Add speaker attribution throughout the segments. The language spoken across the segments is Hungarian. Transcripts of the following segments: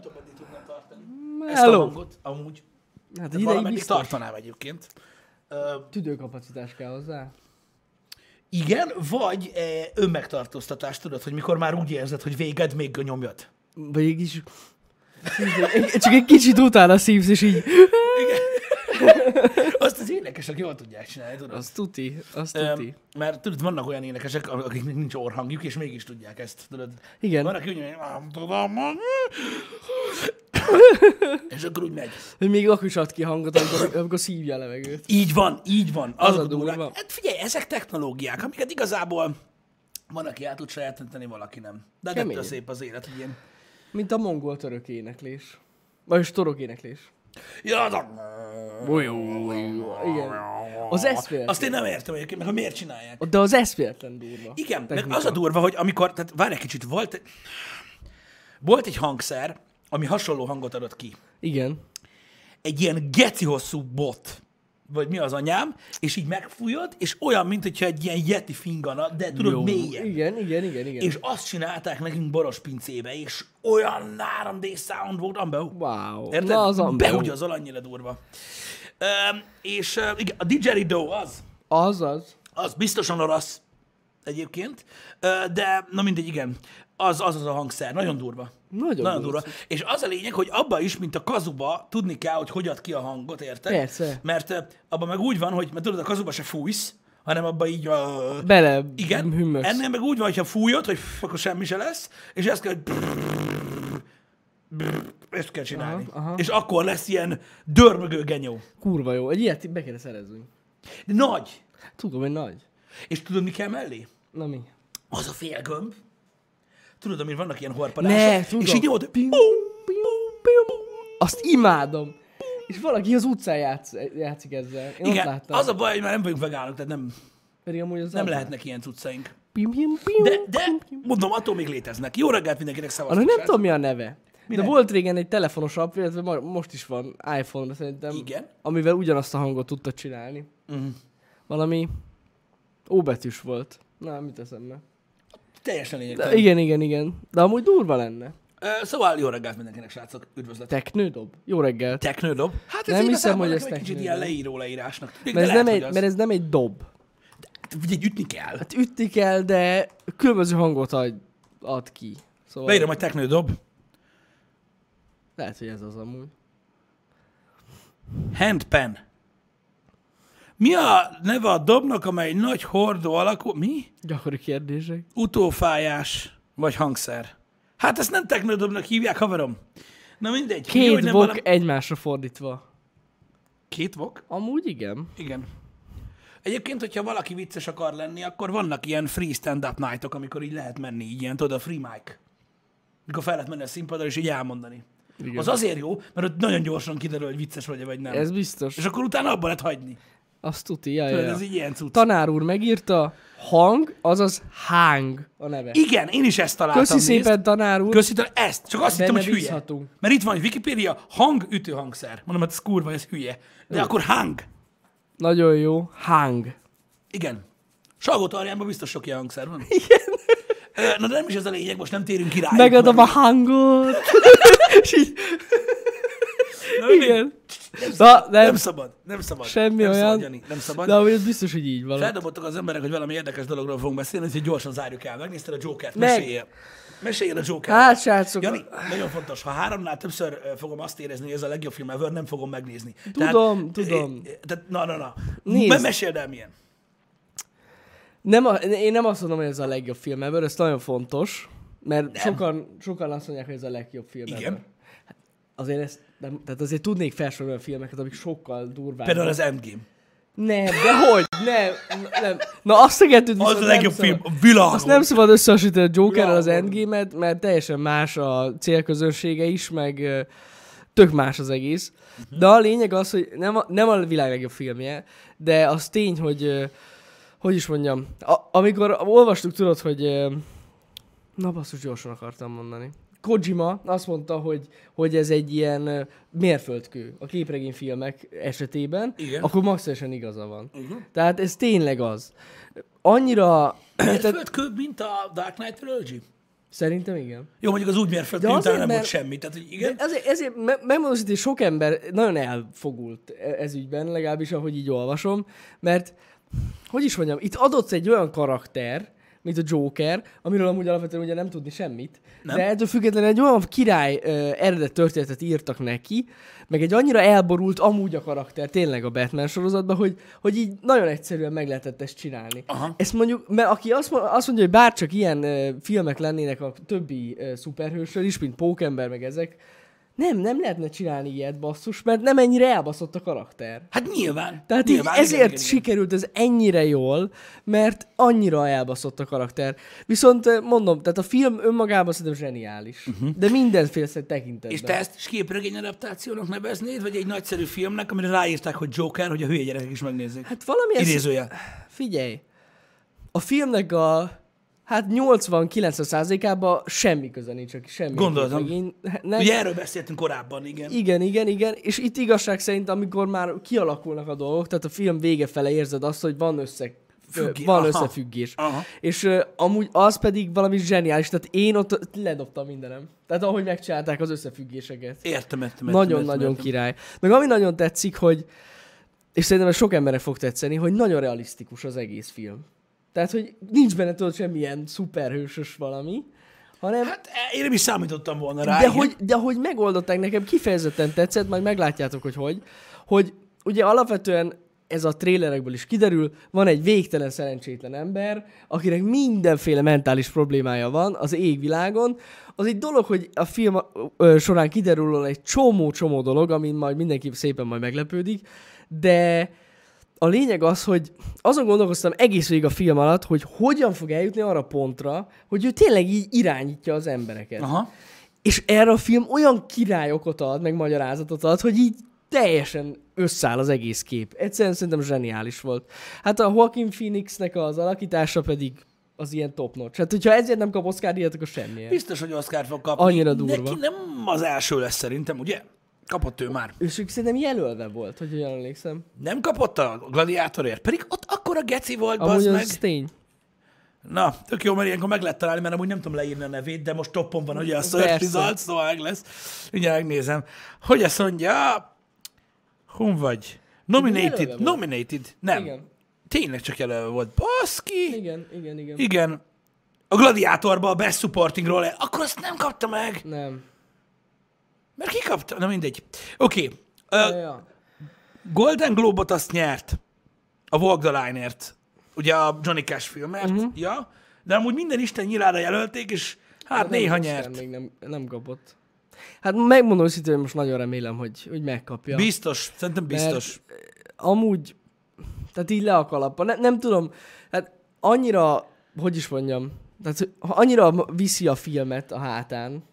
Speaker 1: tudom, meddig tudnám tartani. Ezt a
Speaker 2: Hello.
Speaker 1: hangot, amúgy.
Speaker 2: Hát
Speaker 1: De
Speaker 2: ideig
Speaker 1: valameddig
Speaker 2: biztos.
Speaker 1: tartanám egyébként. Ö,
Speaker 2: Tüdőkapacitás kell hozzá.
Speaker 1: igen, vagy e, önmegtartóztatás, tudod, hogy mikor már úgy érzed, hogy véged, még nyomjad.
Speaker 2: Vagy egy kis... Csak egy kicsit utána szívsz, és így...
Speaker 1: Azt az énekesek jól tudják csinálni, tudod.
Speaker 2: Az tuti, az
Speaker 1: Öm,
Speaker 2: tuti.
Speaker 1: mert tudod, vannak olyan énekesek, akiknek nincs orhangjuk, és mégis tudják ezt, tudod.
Speaker 2: Igen.
Speaker 1: Vannak úgy, hogy nem tudom, hogy-" és akkor úgy megy.
Speaker 2: Hogy még akkor is ad ki hangot, amikor, amikor szívja a levegőt.
Speaker 1: Így van, így van. Az,
Speaker 2: Az
Speaker 1: a
Speaker 2: a
Speaker 1: durva.
Speaker 2: durva.
Speaker 1: Hát figyelj, ezek technológiák, amiket igazából van, aki el tud sajátítani, valaki nem. De hát
Speaker 2: Kemény.
Speaker 1: ettől szép az élet, hogy ilyen.
Speaker 2: Mint a mongol török éneklés. Vagyis torok éneklés.
Speaker 1: Ja, de...
Speaker 2: Igen. Az eszméletlen.
Speaker 1: Azt én nem értem egyébként, meg hogy miért csinálják.
Speaker 2: De az eszméletlen durva.
Speaker 1: Igen, meg
Speaker 2: Technika.
Speaker 1: az a durva, hogy amikor, tehát várj egy kicsit, volt, volt egy hangszer, ami hasonló hangot adott ki.
Speaker 2: Igen.
Speaker 1: Egy ilyen geci hosszú bot, vagy mi az anyám, és így megfújod, és olyan, mint hogyha egy ilyen yeti fingana, de tudod, Jó. mélyen.
Speaker 2: Igen, igen, igen, igen.
Speaker 1: És azt csinálták nekünk boros pincébe, és olyan 3D sound volt, ambeó.
Speaker 2: Wow.
Speaker 1: Érted?
Speaker 2: Na, az ambeó.
Speaker 1: Behugyazol annyira durva. Öm, és ö, igen, a didgeridoo az,
Speaker 2: Az az.
Speaker 1: az biztosan orosz egyébként, Ö, de na mindegy, igen, az az, az a hangszer, nagyon durva.
Speaker 2: Nagyon
Speaker 1: Nagyon
Speaker 2: durva.
Speaker 1: durva. És az a lényeg, hogy abba is, mint a kazuba, tudni kell, hogy hogy ad ki a hangot, érted?
Speaker 2: Persze.
Speaker 1: Mert ö, abban meg úgy van, hogy mert tudod, a kazuba se fújsz, hanem abba így a...
Speaker 2: Bele
Speaker 1: Igen,
Speaker 2: hümmögsz.
Speaker 1: ennél meg úgy van, hogyha fújod, hogy pff, akkor semmi se lesz, és ezt kell, hogy ezt kell csinálni.
Speaker 2: Aha, aha.
Speaker 1: És akkor lesz ilyen dörmögő genyó.
Speaker 2: Kurva jó. Egy ilyet be kéne szereznünk.
Speaker 1: De nagy.
Speaker 2: Tudom, hogy nagy.
Speaker 1: És tudod, mi kell mellé?
Speaker 2: Na mi?
Speaker 1: Az a félgömb. Tudod, amin vannak ilyen horpadások.
Speaker 2: Ne, tudom.
Speaker 1: És így nyomod,
Speaker 2: Ping,
Speaker 1: pum, pum, pum,
Speaker 2: Azt imádom. És valaki az utcán játsz, játszik ezzel. Én
Speaker 1: pum.
Speaker 2: ott
Speaker 1: Igen,
Speaker 2: láttam.
Speaker 1: az a baj, hogy már nem vagyunk vegánok, tehát nem,
Speaker 2: Pedig amúgy az
Speaker 1: nem
Speaker 2: az-
Speaker 1: lehetnek ilyen cuccaink.
Speaker 2: Pim, pim, pim,
Speaker 1: De, de
Speaker 2: pim, pim.
Speaker 1: mondom, attól még léteznek. Jó reggelt mindenkinek, szavaztok.
Speaker 2: Annak nem
Speaker 1: srácok.
Speaker 2: tudom, mi a neve.
Speaker 1: Minek?
Speaker 2: De volt régen egy telefonos app, illetve ma- most is van iPhone-ra szerintem.
Speaker 1: Igen. Mm.
Speaker 2: Amivel ugyanazt a hangot tudta csinálni. Valami óbetűs volt. Na, mit eszembe.
Speaker 1: Teljesen
Speaker 2: De,
Speaker 1: lényegtelen.
Speaker 2: igen, igen, igen. De amúgy durva lenne.
Speaker 1: Ö, Szóval jó reggelt mindenkinek, srácok. Üdvözlet.
Speaker 2: Teknődob? Jó reggelt.
Speaker 1: Technodob? Hát
Speaker 2: Nem
Speaker 1: igazából
Speaker 2: hiszem, hogy
Speaker 1: nekem
Speaker 2: ez
Speaker 1: egy kicsit
Speaker 2: technodob.
Speaker 1: ilyen leíró leírásnak. Még
Speaker 2: Mert ez, nem
Speaker 1: hogy
Speaker 2: egy,
Speaker 1: az.
Speaker 2: mert ez nem egy dob.
Speaker 1: Ugye ütni kell.
Speaker 2: Hát ütni kell, de különböző hangot ad, ad ki. Szóval
Speaker 1: Leírom, hogy technodob.
Speaker 2: lehet, hogy ez az amúgy.
Speaker 1: Handpen. Mi a neve a dobnak, amely nagy hordó alakú? Mi?
Speaker 2: Gyakori kérdések.
Speaker 1: Utófájás vagy hangszer? Hát ezt nem technodobnak hívják, haverom. Na mindegy.
Speaker 2: Két
Speaker 1: Jó, hogy nem
Speaker 2: vok
Speaker 1: valami-
Speaker 2: egymásra fordítva.
Speaker 1: Két vok?
Speaker 2: Amúgy igen.
Speaker 1: Igen. Egyébként, hogyha valaki vicces akar lenni, akkor vannak ilyen free stand-up nightok, amikor így lehet menni, így ilyen, tudod, a free mic. Mikor fel lehet menni a színpadra, és így elmondani. Igen.
Speaker 2: Igen.
Speaker 1: Az azért jó, mert ott nagyon gyorsan kiderül, hogy vicces vagy vagy nem. Ez...
Speaker 2: Ez biztos.
Speaker 1: És akkor utána abban lehet hagyni.
Speaker 2: Azt tuti, ja, ja,
Speaker 1: Tudod,
Speaker 2: ja.
Speaker 1: ez így ilyen cucc.
Speaker 2: Tanár úr megírta, hang, azaz hang a neve.
Speaker 1: Igen, én is ezt találtam.
Speaker 2: Köszi
Speaker 1: nézd.
Speaker 2: szépen, tanár úr.
Speaker 1: Köszi, tan- ezt. Csak azt hittem,
Speaker 2: Benne
Speaker 1: hogy hülye.
Speaker 2: bízhatunk.
Speaker 1: Mert itt van, hogy Wikipedia, hang, ütő hangszer. Mondom, hát ez kurva, ez hülye. De akkor hang.
Speaker 2: Nagyon jó. Hang.
Speaker 1: Igen. Salgó tarjánban biztos sok ilyen hangszer van. Igen. Na de nem is ez a lényeg, most nem térünk ki rá.
Speaker 2: Megadom a hangot. És így, igen. Na,
Speaker 1: Nem, nem
Speaker 2: nem,
Speaker 1: szabad, nem szabad.
Speaker 2: semmi
Speaker 1: nem
Speaker 2: olyan.
Speaker 1: Szabad, Jani, nem szabad.
Speaker 2: De amúgy ez biztos, hogy így van.
Speaker 1: Feldobottak az emberek, hogy valami érdekes dologról fogunk beszélni, úgyhogy gyorsan zárjuk el. Megnézted a Jokert,
Speaker 2: Meg.
Speaker 1: meséljél. Meséljél a Jokert.
Speaker 2: Hát, srácok.
Speaker 1: Jani, nagyon fontos, ha háromnál többször ö, fogom azt érezni, hogy ez a legjobb film ever, nem fogom megnézni.
Speaker 2: Tudom, tudom.
Speaker 1: é- é- Tehát, na, na, na.
Speaker 2: Nézd.
Speaker 1: Me- Meséld el milyen.
Speaker 2: Nem a, én nem azt mondom, hogy ez a legjobb film ever, ez nagyon fontos, mert sokan, sokan azt mondják, hogy ez a legjobb film
Speaker 1: Igen.
Speaker 2: ever. Hát Azért ezt nem, tehát azért tudnék felsorolni olyan filmeket, amik sokkal durvább.
Speaker 1: Például az Endgame.
Speaker 2: Nem, de hogy? Nem, nem. Na azt a kettőt
Speaker 1: Az a
Speaker 2: viszont szóval nem
Speaker 1: legjobb
Speaker 2: szabad.
Speaker 1: film a világon.
Speaker 2: Azt nem szabad összehasonlítani a Jokerrel az
Speaker 1: Világon.
Speaker 2: Endgame-et, mert teljesen más a célközönsége is, meg ö, tök más az egész. De a lényeg az, hogy nem a, nem a világ legjobb filmje, de az tény, hogy ö, hogy is mondjam, a, amikor olvastuk, tudod, hogy ö, na basszus, gyorsan akartam mondani. Kojima azt mondta, hogy, hogy ez egy ilyen ö, mérföldkő a képregényfilmek esetében,
Speaker 1: Igen.
Speaker 2: akkor maximálisan igaza van. Igen. Tehát ez tényleg az. Annyira
Speaker 1: Ez földkő, mint a Dark Knight Trilogy.
Speaker 2: Szerintem igen.
Speaker 1: Jó, mondjuk az úgy mérföldkő
Speaker 2: De
Speaker 1: után
Speaker 2: azért,
Speaker 1: nem volt
Speaker 2: mert-
Speaker 1: semmi. Tehát, hogy igen.
Speaker 2: De ezért, ezért me- megmondom, hogy sok ember nagyon elfogult e- ez ügyben, legalábbis ahogy így olvasom, mert hogy is mondjam, itt adott egy olyan karakter, mint a Joker, amiről amúgy alapvetően ugye nem tudni semmit,
Speaker 1: Nem.
Speaker 2: nem. de ettől függetlenül egy olyan király ö, eredet történetet írtak neki, meg egy annyira elborult amúgy a karakter tényleg a Batman sorozatban, hogy, hogy így nagyon egyszerűen meg lehetett ezt csinálni.
Speaker 1: Aha.
Speaker 2: Ezt mondjuk, mert aki azt, mo- azt mondja, hogy bárcsak ilyen ö, filmek lennének a többi ö, szuperhősről is, mint Pókember, meg ezek, nem, nem lehetne csinálni ilyet, basszus, mert nem ennyire elbaszott a karakter.
Speaker 1: Hát nyilván.
Speaker 2: Tehát így
Speaker 1: nyilván,
Speaker 2: ezért sikerült ez ennyire jól, mert annyira elbaszott a karakter. Viszont ö, mondom, tehát a film önmagában szerintem zseniális. Uh-huh. De mindenféle szerint tekintetben.
Speaker 1: Mhm. És te ezt is képregény adaptációnak neveznéd, vagy egy nagyszerű filmnek, amire ráírták, hogy Joker, hogy a hülye gyerekek is megnézzék? Hát,
Speaker 2: Hát valami ez...
Speaker 1: Idézőjel.
Speaker 2: Figyelj, a filmnek a hát 80-90%-ában semmi köze nincs, aki semmi.
Speaker 1: Gondoltam.
Speaker 2: Megint,
Speaker 1: Ugye erről beszéltünk korábban, igen.
Speaker 2: Igen, igen, igen, és itt igazság szerint, amikor már kialakulnak a dolgok, tehát a film vége fele érzed azt, hogy van össze,
Speaker 1: Függi-
Speaker 2: van
Speaker 1: aha.
Speaker 2: összefüggés.
Speaker 1: Aha.
Speaker 2: És ö, amúgy az pedig valami zseniális, tehát én ott ledobtam mindenem. Tehát ahogy megcsinálták az összefüggéseket.
Speaker 1: Értem, értem.
Speaker 2: Nagyon-nagyon király. Meg ami nagyon tetszik, hogy, és szerintem ez sok embernek fog tetszeni, hogy nagyon realisztikus az egész film. Tehát, hogy nincs benne tudod semmilyen szuperhősös valami, hanem
Speaker 1: Hát eh, én nem is számítottam volna rá.
Speaker 2: de
Speaker 1: igen.
Speaker 2: hogy, de hogy megoldották nekem, kifejezetten tetszett, majd meglátjátok, hogy hogy, hogy ugye alapvetően ez a trélerekből is kiderül, van egy végtelen szerencsétlen ember, akinek mindenféle mentális problémája van az égvilágon. Az egy dolog, hogy a film ö, során kiderül róla egy csomó-csomó dolog, amin majd mindenki szépen majd meglepődik, de a lényeg az, hogy azon gondolkoztam egész végig a film alatt, hogy hogyan fog eljutni arra a pontra, hogy ő tényleg így irányítja az embereket.
Speaker 1: Aha.
Speaker 2: És erre a film olyan királyokat ad, meg magyarázatot ad, hogy így teljesen összeáll az egész kép. Egyszerűen szerintem zseniális volt. Hát a Joaquin Phoenixnek az alakítása pedig az ilyen top notch. Hát hogyha ezért nem kap Oscar díjat, akkor semmi.
Speaker 1: Biztos, hogy Oscar fog kapni.
Speaker 2: Annyira durva.
Speaker 1: Neki nem az első lesz szerintem, ugye? Kapott ő már.
Speaker 2: És ők szerintem jelölve volt, hogy jól emlékszem.
Speaker 1: Nem kapott a gladiátorért? Pedig ott akkor a geci volt,
Speaker 2: Amúgy
Speaker 1: bazd
Speaker 2: az
Speaker 1: meg.
Speaker 2: tény.
Speaker 1: Na, tök jó, mert ilyenkor meg lehet találni, mert amúgy nem tudom leírni a nevét, de most toppon van, ugye a search
Speaker 2: Persze.
Speaker 1: result, szóval meg lesz. Ugye megnézem. Hogy azt mondja, hun vagy?
Speaker 2: Jelölve
Speaker 1: Nominated,
Speaker 2: volt.
Speaker 1: nominated. Nem.
Speaker 2: Igen.
Speaker 1: Tényleg csak jelölve volt. Baszki!
Speaker 2: Igen, igen, igen.
Speaker 1: Igen. A Gladiátorba a Best Supportingról, akkor azt nem kapta meg,
Speaker 2: Nem.
Speaker 1: mert ki kapta? Na mindegy. Oké. Okay.
Speaker 2: Ja, ja.
Speaker 1: Golden Globe-ot azt nyert a Walk the Line-ért, ugye a Johnny Cash filmért,
Speaker 2: Mhm.
Speaker 1: uh-huh. ja, de amúgy minden Isten nyilára jelölték, és hát
Speaker 2: Nem,
Speaker 1: néha
Speaker 2: Isten
Speaker 1: nyert.
Speaker 2: Még nem, nem kapott. Hát megmondom őszintén, hogy most nagyon remélem, hogy, hogy megkapja.
Speaker 1: Biztos, szerintem biztos.
Speaker 2: amúgy, tehát így le a kalappa. Ne, nem tudom, hát annyira, hogy is mondjam, tehát hogy annyira viszi a filmet a hátán,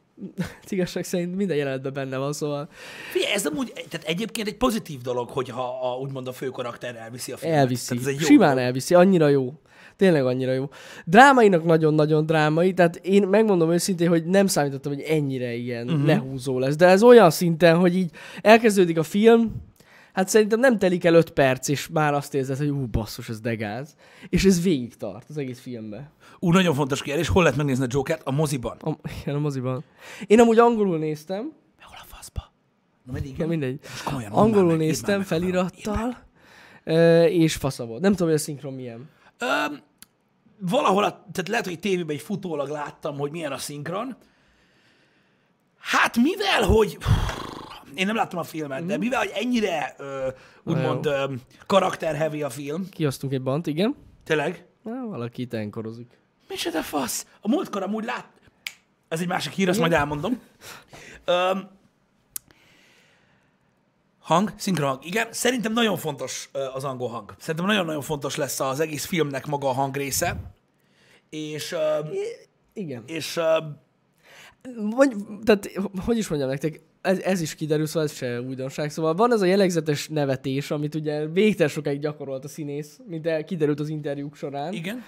Speaker 2: igazság szerint minden jelenetben benne van, szóval
Speaker 1: Figyelj, ez amúgy, tehát egyébként egy pozitív dolog, hogyha a, úgymond a fő karakter elviszi a filmet.
Speaker 2: elviszi.
Speaker 1: Tehát Hát ez egy jó
Speaker 2: Simán
Speaker 1: dolog.
Speaker 2: elviszi, annyira jó. Tényleg annyira jó. Drámainak nagyon-nagyon drámai, tehát én megmondom őszintén, hogy nem számítottam, hogy ennyire ilyen
Speaker 1: Mhm.
Speaker 2: uh-huh. lehúzó lesz. De ez olyan szinten, hogy így elkezdődik a film, hát szerintem nem telik el öt perc, és már azt érzed, hogy ú, basszus, ez degáz. És ez végig tart az egész filmbe.
Speaker 1: Ú, nagyon fontos kérdés, hol lehet megnézni a Jokert? A moziban.
Speaker 2: A, igen, a moziban. Én amúgy angolul néztem,
Speaker 1: Hol a faszba? Na, mindig,
Speaker 2: na mindegy.
Speaker 1: Most komolyan, mondd
Speaker 2: Angolul
Speaker 1: már meg, írd már
Speaker 2: néztem
Speaker 1: meg, komolyan.
Speaker 2: felirattal, ö, és fasza volt. Nem tudom, hogy a szinkron milyen.
Speaker 1: Öm, valahol, a, tehát lehet, hogy tévében egy futólag láttam, hogy milyen a szinkron. Hát mivel, hogy... Én nem láttam a filmet, de mivel, hogy ennyire, ö, úgymond,
Speaker 2: Na
Speaker 1: ö, karakterheavy a film,
Speaker 2: Kiosztunk egy bant, igen.
Speaker 1: tényleg,
Speaker 2: Na, valaki itt enkorozik.
Speaker 1: Micsoda fasz? A múltkor amúgy lát... Ez egy másik hír, azt majd elmondom. Öm, hang, szinkronhang. Igen, szerintem nagyon fontos ö, az angol hang. Szerintem nagyon-nagyon fontos lesz az egész filmnek maga a hangrésze. És, öm,
Speaker 2: Igen.
Speaker 1: és öm,
Speaker 2: Vagy, tehát, hogy is mondjam nektek, ez, ez is kiderül, szóval ez se újdonság. Szóval van ez a jellegzetes nevetés, amit ugye végtelen sokáig gyakorolt a színész, mint el kiderült az interjúk során.
Speaker 1: igen.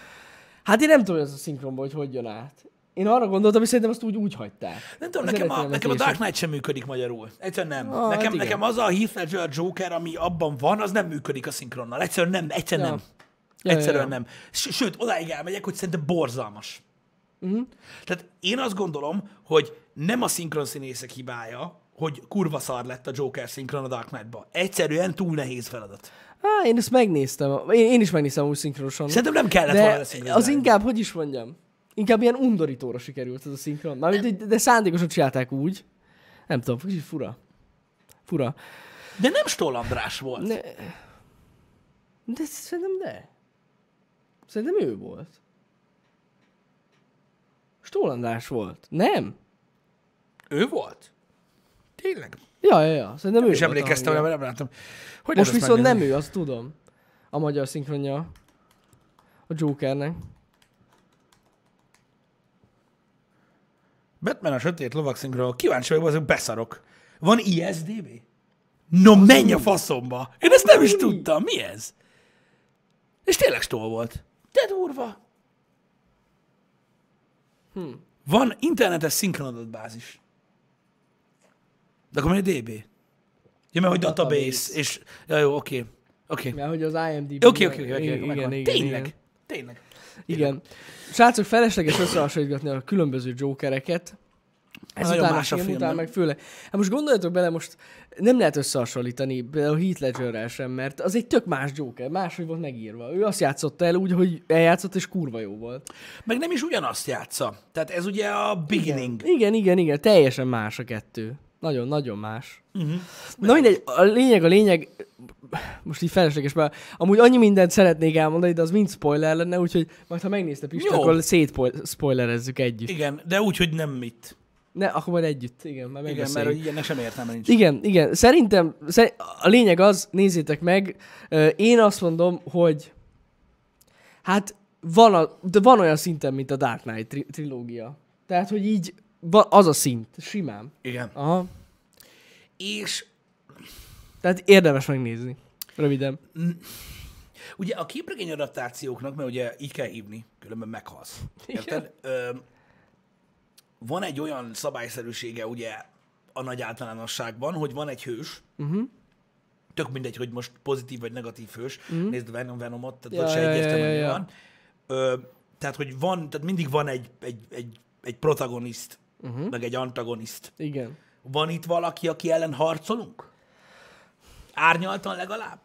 Speaker 2: Hát én nem tudom, hogy ez a szinkronból, hogy hogy jön át. Én arra gondoltam, hogy szerintem azt úgy, úgy hagyták.
Speaker 1: Nem tudom,
Speaker 2: Az
Speaker 1: nekem a,
Speaker 2: eredeti
Speaker 1: nekem a Dark
Speaker 2: nevetések.
Speaker 1: Knight sem működik magyarul. Egyszerűen nem.
Speaker 2: Ah,
Speaker 1: nekem,
Speaker 2: hát igen.
Speaker 1: nekem az a Heath Ledger Joker, ami abban van, az nem működik a szinkronnal. Egyszerűen nem, egyszerűen
Speaker 2: Ja.
Speaker 1: nem.
Speaker 2: Ja, ja,
Speaker 1: Egyszerűen
Speaker 2: ja.
Speaker 1: nem. S- Sőt, odáig elmegyek, hogy szerintem borzalmas.
Speaker 2: Mhm.
Speaker 1: Uh-huh. Tehát én azt gondolom, hogy nem a szinkron színészek hibája, hogy kurva szar lett a Joker szinkron a Dark Knight-ba. Egyszerűen túl nehéz feladat.
Speaker 2: Á, én ezt megnéztem. Én, én is megnéztem úgy szinkronosan.
Speaker 1: Szerintem nem kellett volna
Speaker 2: De
Speaker 1: leszinkronizálni.
Speaker 2: az inkább, hogy is mondjam, inkább ilyen undorítóra sikerült ez a szinkron. Mármint, hogy- de szándékosan csinálták úgy. Nem tudom, kicsit fura. Fura.
Speaker 1: De nem Stoll András volt. Ne.
Speaker 2: Ne. De szerintem de. Szerintem ő volt. Stól András volt. Nem?
Speaker 1: Ő volt? Tényleg?
Speaker 2: Ja, ja, ja. Szerintem ő
Speaker 1: És
Speaker 2: volt a
Speaker 1: emlékeztem,
Speaker 2: hangja.
Speaker 1: rá, mert nem láttam. Hogy
Speaker 2: Most
Speaker 1: lehet ezt
Speaker 2: viszont nem
Speaker 1: megnézni?
Speaker 2: ő, azt tudom. A magyar szinkronja a Jokernek.
Speaker 1: Batman a sötét lovak szinkronról. Kíváncsi vagyok, azok beszarok. Van ISDB? No, menj a faszomba! Én ezt nem is tudtam. Mi ez? És tényleg stól volt. De durva.
Speaker 2: Hm.
Speaker 1: Van internetes szinkronadatbázis. De akkor miért DB? Ja, mert hogy database,
Speaker 2: Database.
Speaker 1: és... Ja, jó, oké. Oké.
Speaker 2: Mert hogy az IMDb...
Speaker 1: Oké, oké, oké, oké.
Speaker 2: igen, igen,
Speaker 1: megvan.
Speaker 2: igen,
Speaker 1: Tényleg. Tényleg.
Speaker 2: Igen. igen. Srácok, felesleges összehasonlítgatni a különböző Jokereket. Ezután
Speaker 1: Nagyon
Speaker 2: a
Speaker 1: más a
Speaker 2: film
Speaker 1: film,
Speaker 2: után
Speaker 1: nem?
Speaker 2: meg főleg. Hát most gondoljatok bele, most nem lehet összehasonlítani például Heath Ledgerrel sem, mert az egy tök más Joker, máshogy volt megírva. Ő azt játszotta el úgy, hogy eljátszott, és kurva jó volt.
Speaker 1: Meg nem is ugyanazt játsza. Tehát ez ugye a beginning.
Speaker 2: Igen, igen, igen, teljesen más a kettő. Nagyon, nagyon más.
Speaker 1: Mhm.
Speaker 2: Uh-huh. Na mindegy, a lényeg, a lényeg, most így felesleges, mert amúgy annyi mindent szeretnék elmondani, de az mind spoiler lenne, úgyhogy majd ha megnézte Pista,
Speaker 1: Jó.
Speaker 2: akkor szétspoilerezzük együtt.
Speaker 1: Igen, de úgy, hogy nem mit.
Speaker 2: Ne, akkor majd együtt, igen, már
Speaker 1: Igen,
Speaker 2: megbeszéljük.
Speaker 1: mert hogy ilyennek sem értelme nincs.
Speaker 2: Igen, igen. Szerintem szeri- a lényeg az, nézzétek meg, ö, én azt mondom, hogy hát van, a, de van olyan szinten, mint a Dark Knight tri- trilógia. Tehát, hogy így va- az a szint, simán.
Speaker 1: Igen.
Speaker 2: Aha.
Speaker 1: És
Speaker 2: Tehát érdemes megnézni. Röviden.
Speaker 1: ugye a képregény adaptációknak, mert ugye így kell hívni, különben meghalsz. Érted? Ö, van egy olyan szabályszerűsége ugye a nagy általánosságban, hogy van egy hős, uh-huh. tök mindegy, hogy most pozitív vagy negatív hős, uh-huh. nézd Venom Venomot, tehát
Speaker 2: Ja,
Speaker 1: ja, ott se
Speaker 2: ja,
Speaker 1: egyértelmű,
Speaker 2: ja,
Speaker 1: ja,
Speaker 2: ja, ja.
Speaker 1: van. Ö, tehát, hogy van, tehát mindig van egy, egy, egy, egy protagoniszt, uh-huh. meg egy antagoniszt.
Speaker 2: Igen.
Speaker 1: Van itt valaki, aki ellen harcolunk? Árnyaltan legalább?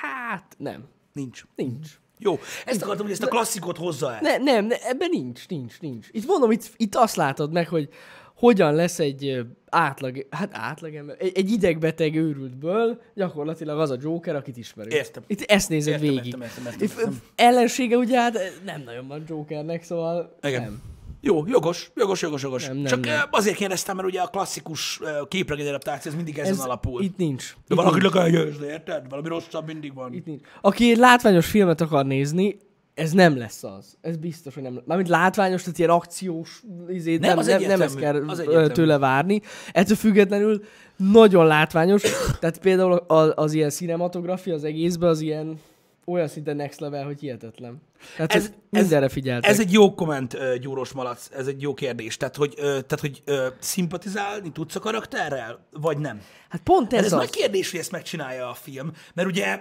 Speaker 2: Hát nem.
Speaker 1: Nincs.
Speaker 2: Nincs.
Speaker 1: Jó, ezt akartam, hogy ezt a klasszikot hozza el.
Speaker 2: Ne, nem, ne, ebben nincs, nincs, nincs. Itt mondom, itt, itt azt látod meg, hogy hogyan lesz egy ö, átlag, hát átlagember, egy, egy idegbeteg őrültből gyakorlatilag az a Joker, akit ismerünk.
Speaker 1: Értem.
Speaker 2: Itt ezt nézed
Speaker 1: Értem,
Speaker 2: végig.
Speaker 1: értem, értem, értem,
Speaker 2: Ö,
Speaker 1: értem.
Speaker 2: Ellensége ugye hát nem nagyon van Jokernek, szóval
Speaker 1: Igen.
Speaker 2: nem.
Speaker 1: Jó, jogos, jogos, jogos, jogos.
Speaker 2: Nem, nem,
Speaker 1: Csak
Speaker 2: nem.
Speaker 1: eh, azért kérdeztem, mert ugye a klasszikus eh, képregény adaptáció, ez mindig ezen
Speaker 2: Ez
Speaker 1: alapul.
Speaker 2: Itt nincs.
Speaker 1: De
Speaker 2: Itt
Speaker 1: valaki
Speaker 2: nincs.
Speaker 1: le kell győzni, érted? Valami rosszabb mindig van.
Speaker 2: Itt nincs. Aki egy látványos filmet akar nézni, ez nem lesz az. Ez biztos, hogy nem lesz. Mármint látványos, tehát ilyen akciós izét,
Speaker 1: Nem,
Speaker 2: nem,
Speaker 1: az
Speaker 2: nem, nem ezt
Speaker 1: egyértelmű.
Speaker 2: kell
Speaker 1: Az
Speaker 2: ö,
Speaker 1: egyértelmű.
Speaker 2: tőle várni. Ettől függetlenül nagyon látványos. tehát például az, az ilyen cinematografia az egészben az ilyen olyan szinte next level, hogy hihetetlen. Tehát
Speaker 1: Ez-
Speaker 2: ez, mindenre figyeltek.
Speaker 1: Ez egy jó komment, eh, Gyúros Malac, ez egy jó kérdés. Tehát, hogy, eh, tehát, hogy eh, szimpatizálni tudsz a karakterrel, vagy nem?
Speaker 2: Hát pont ez,
Speaker 1: Ez, ez
Speaker 2: az.
Speaker 1: nagy kérdés, hogy ezt megcsinálja a film, mert ugye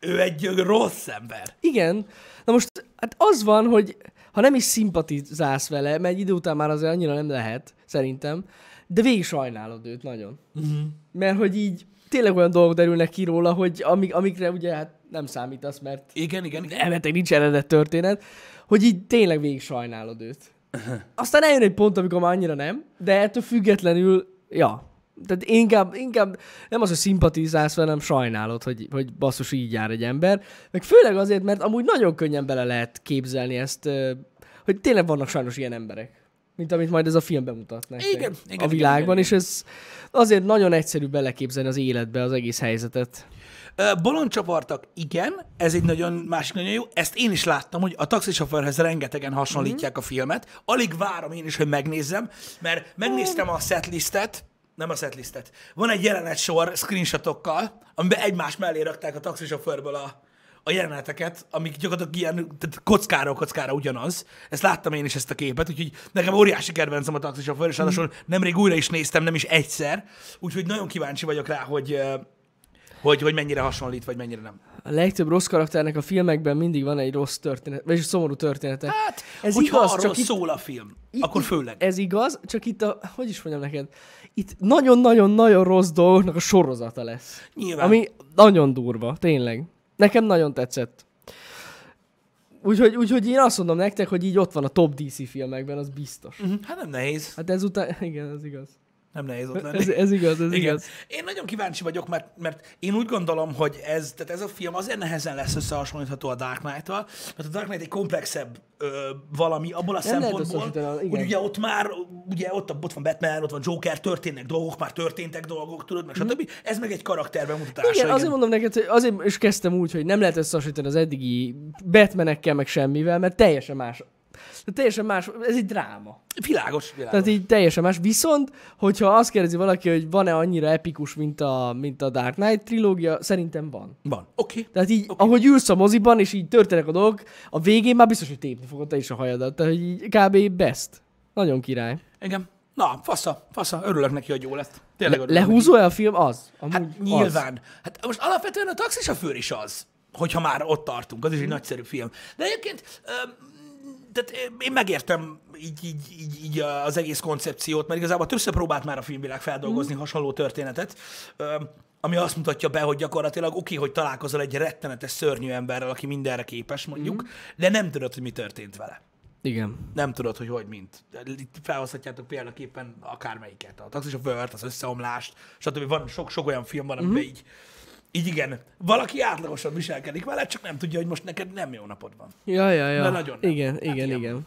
Speaker 1: ő egy eh, rossz ember.
Speaker 2: Igen. Na most, hát az van, hogy ha nem is szimpatizálsz vele, mert egy idő után már azért annyira nem lehet, szerintem, de végig sajnálod őt nagyon. Uh-huh. Mert hogy így tényleg olyan dolgok derülnek ki róla, hogy amik, amikre ugye hát nem számítasz, mert
Speaker 1: Igen, igen. igen.
Speaker 2: elmetek nincs eredet történet, hogy így tényleg végig sajnálod őt. Aztán eljön egy pont, amikor már annyira nem, de ettől függetlenül, ja. Tehát inkább, inkább nem az, hogy szimpatizálsz vele, hanem sajnálod, hogy, hogy basszus így jár egy ember. Meg főleg azért, mert amúgy nagyon könnyen bele lehet képzelni ezt, ö, hogy tényleg vannak sajnos ilyen emberek. Mint amit majd ez a film bemutat nektek
Speaker 1: Igen, igen,
Speaker 2: a
Speaker 1: igen,
Speaker 2: világban,
Speaker 1: igen,
Speaker 2: és ez azért nagyon egyszerű beleképzelni az életbe az egész helyzetet.
Speaker 1: Ö, Bolondcsavartak, igen, ez egy nagyon másik nagyon jó. Ezt én is láttam, hogy a taxisofőrhez rengetegen hasonlítják a filmet. Alig várom én is, hogy megnézzem, mert megnéztem a setlistet, nem a setlistet. Van egy jelenet sor screenshotokkal, amiben egymás mellé rakták a taxisofőrből a, a jeleneteket, amik gyakorlatilag ilyen tehát kockára kockára ugyanaz. Ezt láttam én is ezt a képet, úgyhogy nekem óriási kedvencem a taxisofőr, és ráadásul nemrég újra is néztem, nem is egyszer. Úgyhogy nagyon kíváncsi vagyok rá, hogy, ö, hogy, hogy mennyire hasonlít, vagy mennyire nem.
Speaker 2: a legtöbb rossz karakternek a filmekben mindig van egy rossz történet, vagyis szomorú története.
Speaker 1: Hát,
Speaker 2: Ez
Speaker 1: ez hogyha
Speaker 2: igaz,
Speaker 1: igaz, arról
Speaker 2: csak itt-
Speaker 1: szól a film,
Speaker 2: I-
Speaker 1: akkor
Speaker 2: i- e-
Speaker 1: főleg.
Speaker 2: Ez igaz, csak itt a, hogy is mondjam neked, itt nagyon-nagyon-nagyon rossz dolgoknak a sorozata lesz.
Speaker 1: Nyilván.
Speaker 2: Ami nagyon durva, tényleg. Nekem nagyon tetszett. Úgyhogy, úgyhogy én azt mondom nektek, hogy így ott van a top DC filmekben, az biztos.
Speaker 1: Mhm, Hát nem nehéz.
Speaker 2: Hát ezután, igen, ez igaz.
Speaker 1: Nem nehéz ott lenni.
Speaker 2: Ez, ez igaz,
Speaker 1: Igen.
Speaker 2: ez igaz.
Speaker 1: Én nagyon kíváncsi vagyok, mert, mert én úgy gondolom, hogy ez, tehát ez a film azért nehezen lesz összehasonlítható a Dark Knight-val, mert a Dark Knight egy komplexebb ö, valami abból a
Speaker 2: lehet
Speaker 1: szempontból,
Speaker 2: összehasonlítani, igen.
Speaker 1: hogy ugye ott már, ugye ott, a- ott van Batman, ott van Joker, történnek dolgok, már történtek dolgok, tudod, meg stb. Ez meg egy karakter bemutatása.
Speaker 2: Mhm. Igen, azért mondom neked, hogy azért is kezdtem úgy, hogy nem lehet összehasonlítani az eddigi Batmanekkel, meg semmivel, mert teljesen más. Teljesen más, ez egy dráma.
Speaker 1: Világos, világos.
Speaker 2: Tehát így teljesen más. Viszont, hogyha azt kérdezi valaki, hogy van-e annyira epikus, mint a, mint a Dark Knight trilógia, szerintem van.
Speaker 1: Van. Oké. Okay.
Speaker 2: Tehát így, okay. ahogy ülsz a moziban, és így történnek a dolgok, a végén már biztos, hogy tépni fogod te is a hajadat. Tehát, hogy így kb. best. Nagyon király.
Speaker 1: Igen. Na, fasza, fasza, örülök neki, hogy jó lett. Tényleg
Speaker 2: Le-
Speaker 1: örülök neki.
Speaker 2: lehúzó-e a film? Az. Amúgy
Speaker 1: Hát
Speaker 2: az.
Speaker 1: nyilván. Hát most alapvetően a taxisofőr is az, hogyha már ott tartunk, az
Speaker 2: Mhm.
Speaker 1: is egy nagyszerű film. De egyébként öm, tehát én megértem így, így, így, így az egész koncepciót, mert igazából többször próbált már a filmvilág
Speaker 2: Mhm.
Speaker 1: feldolgozni hasonló történetet, öm, ami azt mutatja be, hogy gyakorlatilag oké, hogy találkozol egy rettenetes szörnyű emberrel, aki mindenre képes mondjuk,
Speaker 2: Mhm.
Speaker 1: de nem tudod, hogy mi történt vele
Speaker 2: Igen.
Speaker 1: nem tudod, hogy hogy mint. Itt felhozhatjátok példaképpen akármelyiket. A taxis a vört, az összeomlást, stb. Van sok, sok olyan film van, amiben így, így igen, valaki átlagosan viselkedik vele, csak nem tudja, hogy most neked nem jó napod van.
Speaker 2: Ja, ja, ja.
Speaker 1: De nagyon nem.
Speaker 2: Igen,
Speaker 1: Hát
Speaker 2: igen,
Speaker 1: ilyen.
Speaker 2: igen.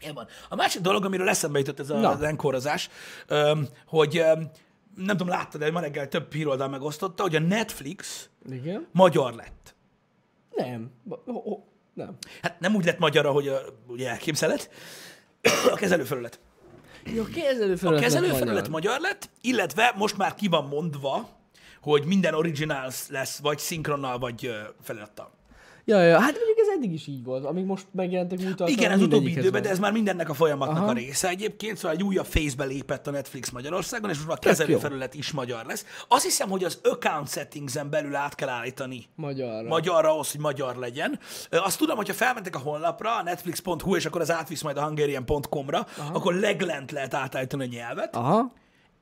Speaker 1: Ilyen van. A másik dolog, amiről eszembe jutott ez a,
Speaker 2: Na.
Speaker 1: az enkorozás, öm, hogy öm, nem tudom, láttad, de ma reggel több híroldal megosztotta, hogy a Netflix
Speaker 2: Igen?
Speaker 1: magyar lett.
Speaker 2: Nem. Ba- ho- ho- Nem.
Speaker 1: Hát nem úgy lett magyar, ahogy a, ugye elképzeled, a kezelőfelület.
Speaker 2: Ja, a kezelőfelület
Speaker 1: A kezelőfelület
Speaker 2: magyar.
Speaker 1: magyar lett, illetve most már ki van mondva, hogy minden originals lesz, vagy szinkronnal, vagy ö, felirattal.
Speaker 2: Ja, ja, hát mondjuk ez eddig is így volt, amíg most megjelentek új tartalmak.
Speaker 1: Igen, az utóbbi
Speaker 2: Hát, mindegyikhez
Speaker 1: időben,
Speaker 2: van.
Speaker 1: de ez már mindennek a folyamatnak
Speaker 2: Aha.
Speaker 1: a része egyébként, szóval egy újabb phase-be lépett a Netflix Magyarországon, és most már a
Speaker 2: jó.
Speaker 1: kezelőfelület is magyar lesz. Azt hiszem, hogy az account settings-en belül át kell állítani
Speaker 2: Magyarra.
Speaker 1: magyarra ahhoz, hogy magyar legyen. Ö, Azt tudom, hogyha felmentek a honlapra, a netflix.hu, és akkor az átvisz majd a hungarian.com-ra, akkor leglent lehet átállítani a nyelvet.
Speaker 2: Aha.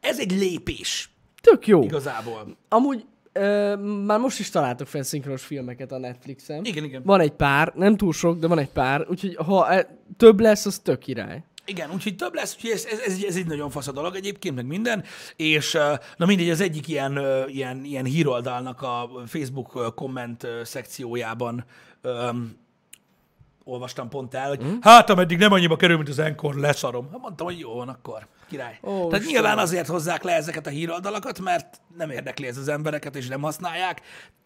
Speaker 1: Ez egy lépés
Speaker 2: Tök jó. Igaz.
Speaker 1: igazából.
Speaker 2: Amúgy ö, már most is találtok fenn szinkronos filmeket a Netflixen.
Speaker 1: Igen, igen.
Speaker 2: Van egy pár, nem túl sok, de van egy pár, úgyhogy ha e, több lesz, az tök király.
Speaker 1: Igen, úgyhogy több lesz, úgyhogy ez, ez, ez, egy- ez egy nagyon fasz a dolog egyébként, meg minden, és ö, na mindegy, az egyik ilyen, ö, ilyen, ilyen híroldalnak a Facebook ö, komment ö, szekciójában öm, olvastam pont el,
Speaker 2: Hmm?
Speaker 1: hogy mm. hát ameddig nem annyiba kerül, mint az Enkor, leszarom. Hát mondtam, hogy jó van akkor, király.
Speaker 2: Ó,
Speaker 1: Oh, Tehát
Speaker 2: Istenem.
Speaker 1: nyilván azért hozzák le ezeket a híroldalakat, mert nem érdekli ez az embereket, és nem használják,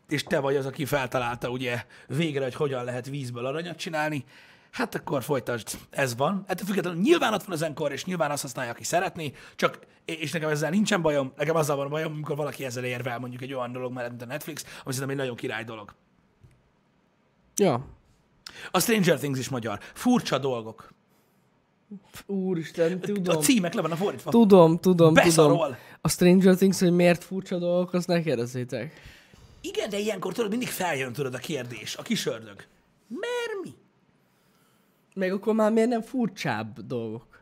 Speaker 1: és te vagy az, aki feltalálta ugye végre, hogy hogyan lehet vízből aranyat csinálni. Hát akkor folytasd, ez van. Hát függetlenül nyilván ott van az Enkor, és nyilván azt használja, aki szeretné, csak, és nekem ezzel nincsen bajom, nekem azzal van bajom, amikor valaki ezzel érvel mondjuk egy olyan dolog mellett, mint a Netflix, ami szerintem egy nagyon király dolog.
Speaker 2: Ja.
Speaker 1: A Stranger Things is magyar. Furcsa dolgok.
Speaker 2: Úristen,
Speaker 1: A
Speaker 2: tudom.
Speaker 1: címek le vannak fordítva.
Speaker 2: Tudom, tudom, tudom.
Speaker 1: Beszarol.
Speaker 2: A Stranger Things, hogy miért furcsa dolgok, azt ne kérdezzétek.
Speaker 1: Igen, de ilyenkor tudod, mindig feljön tudod a kérdés, a kisördög. Mert mi?
Speaker 2: Meg akkor már miért nem furcsább dolgok?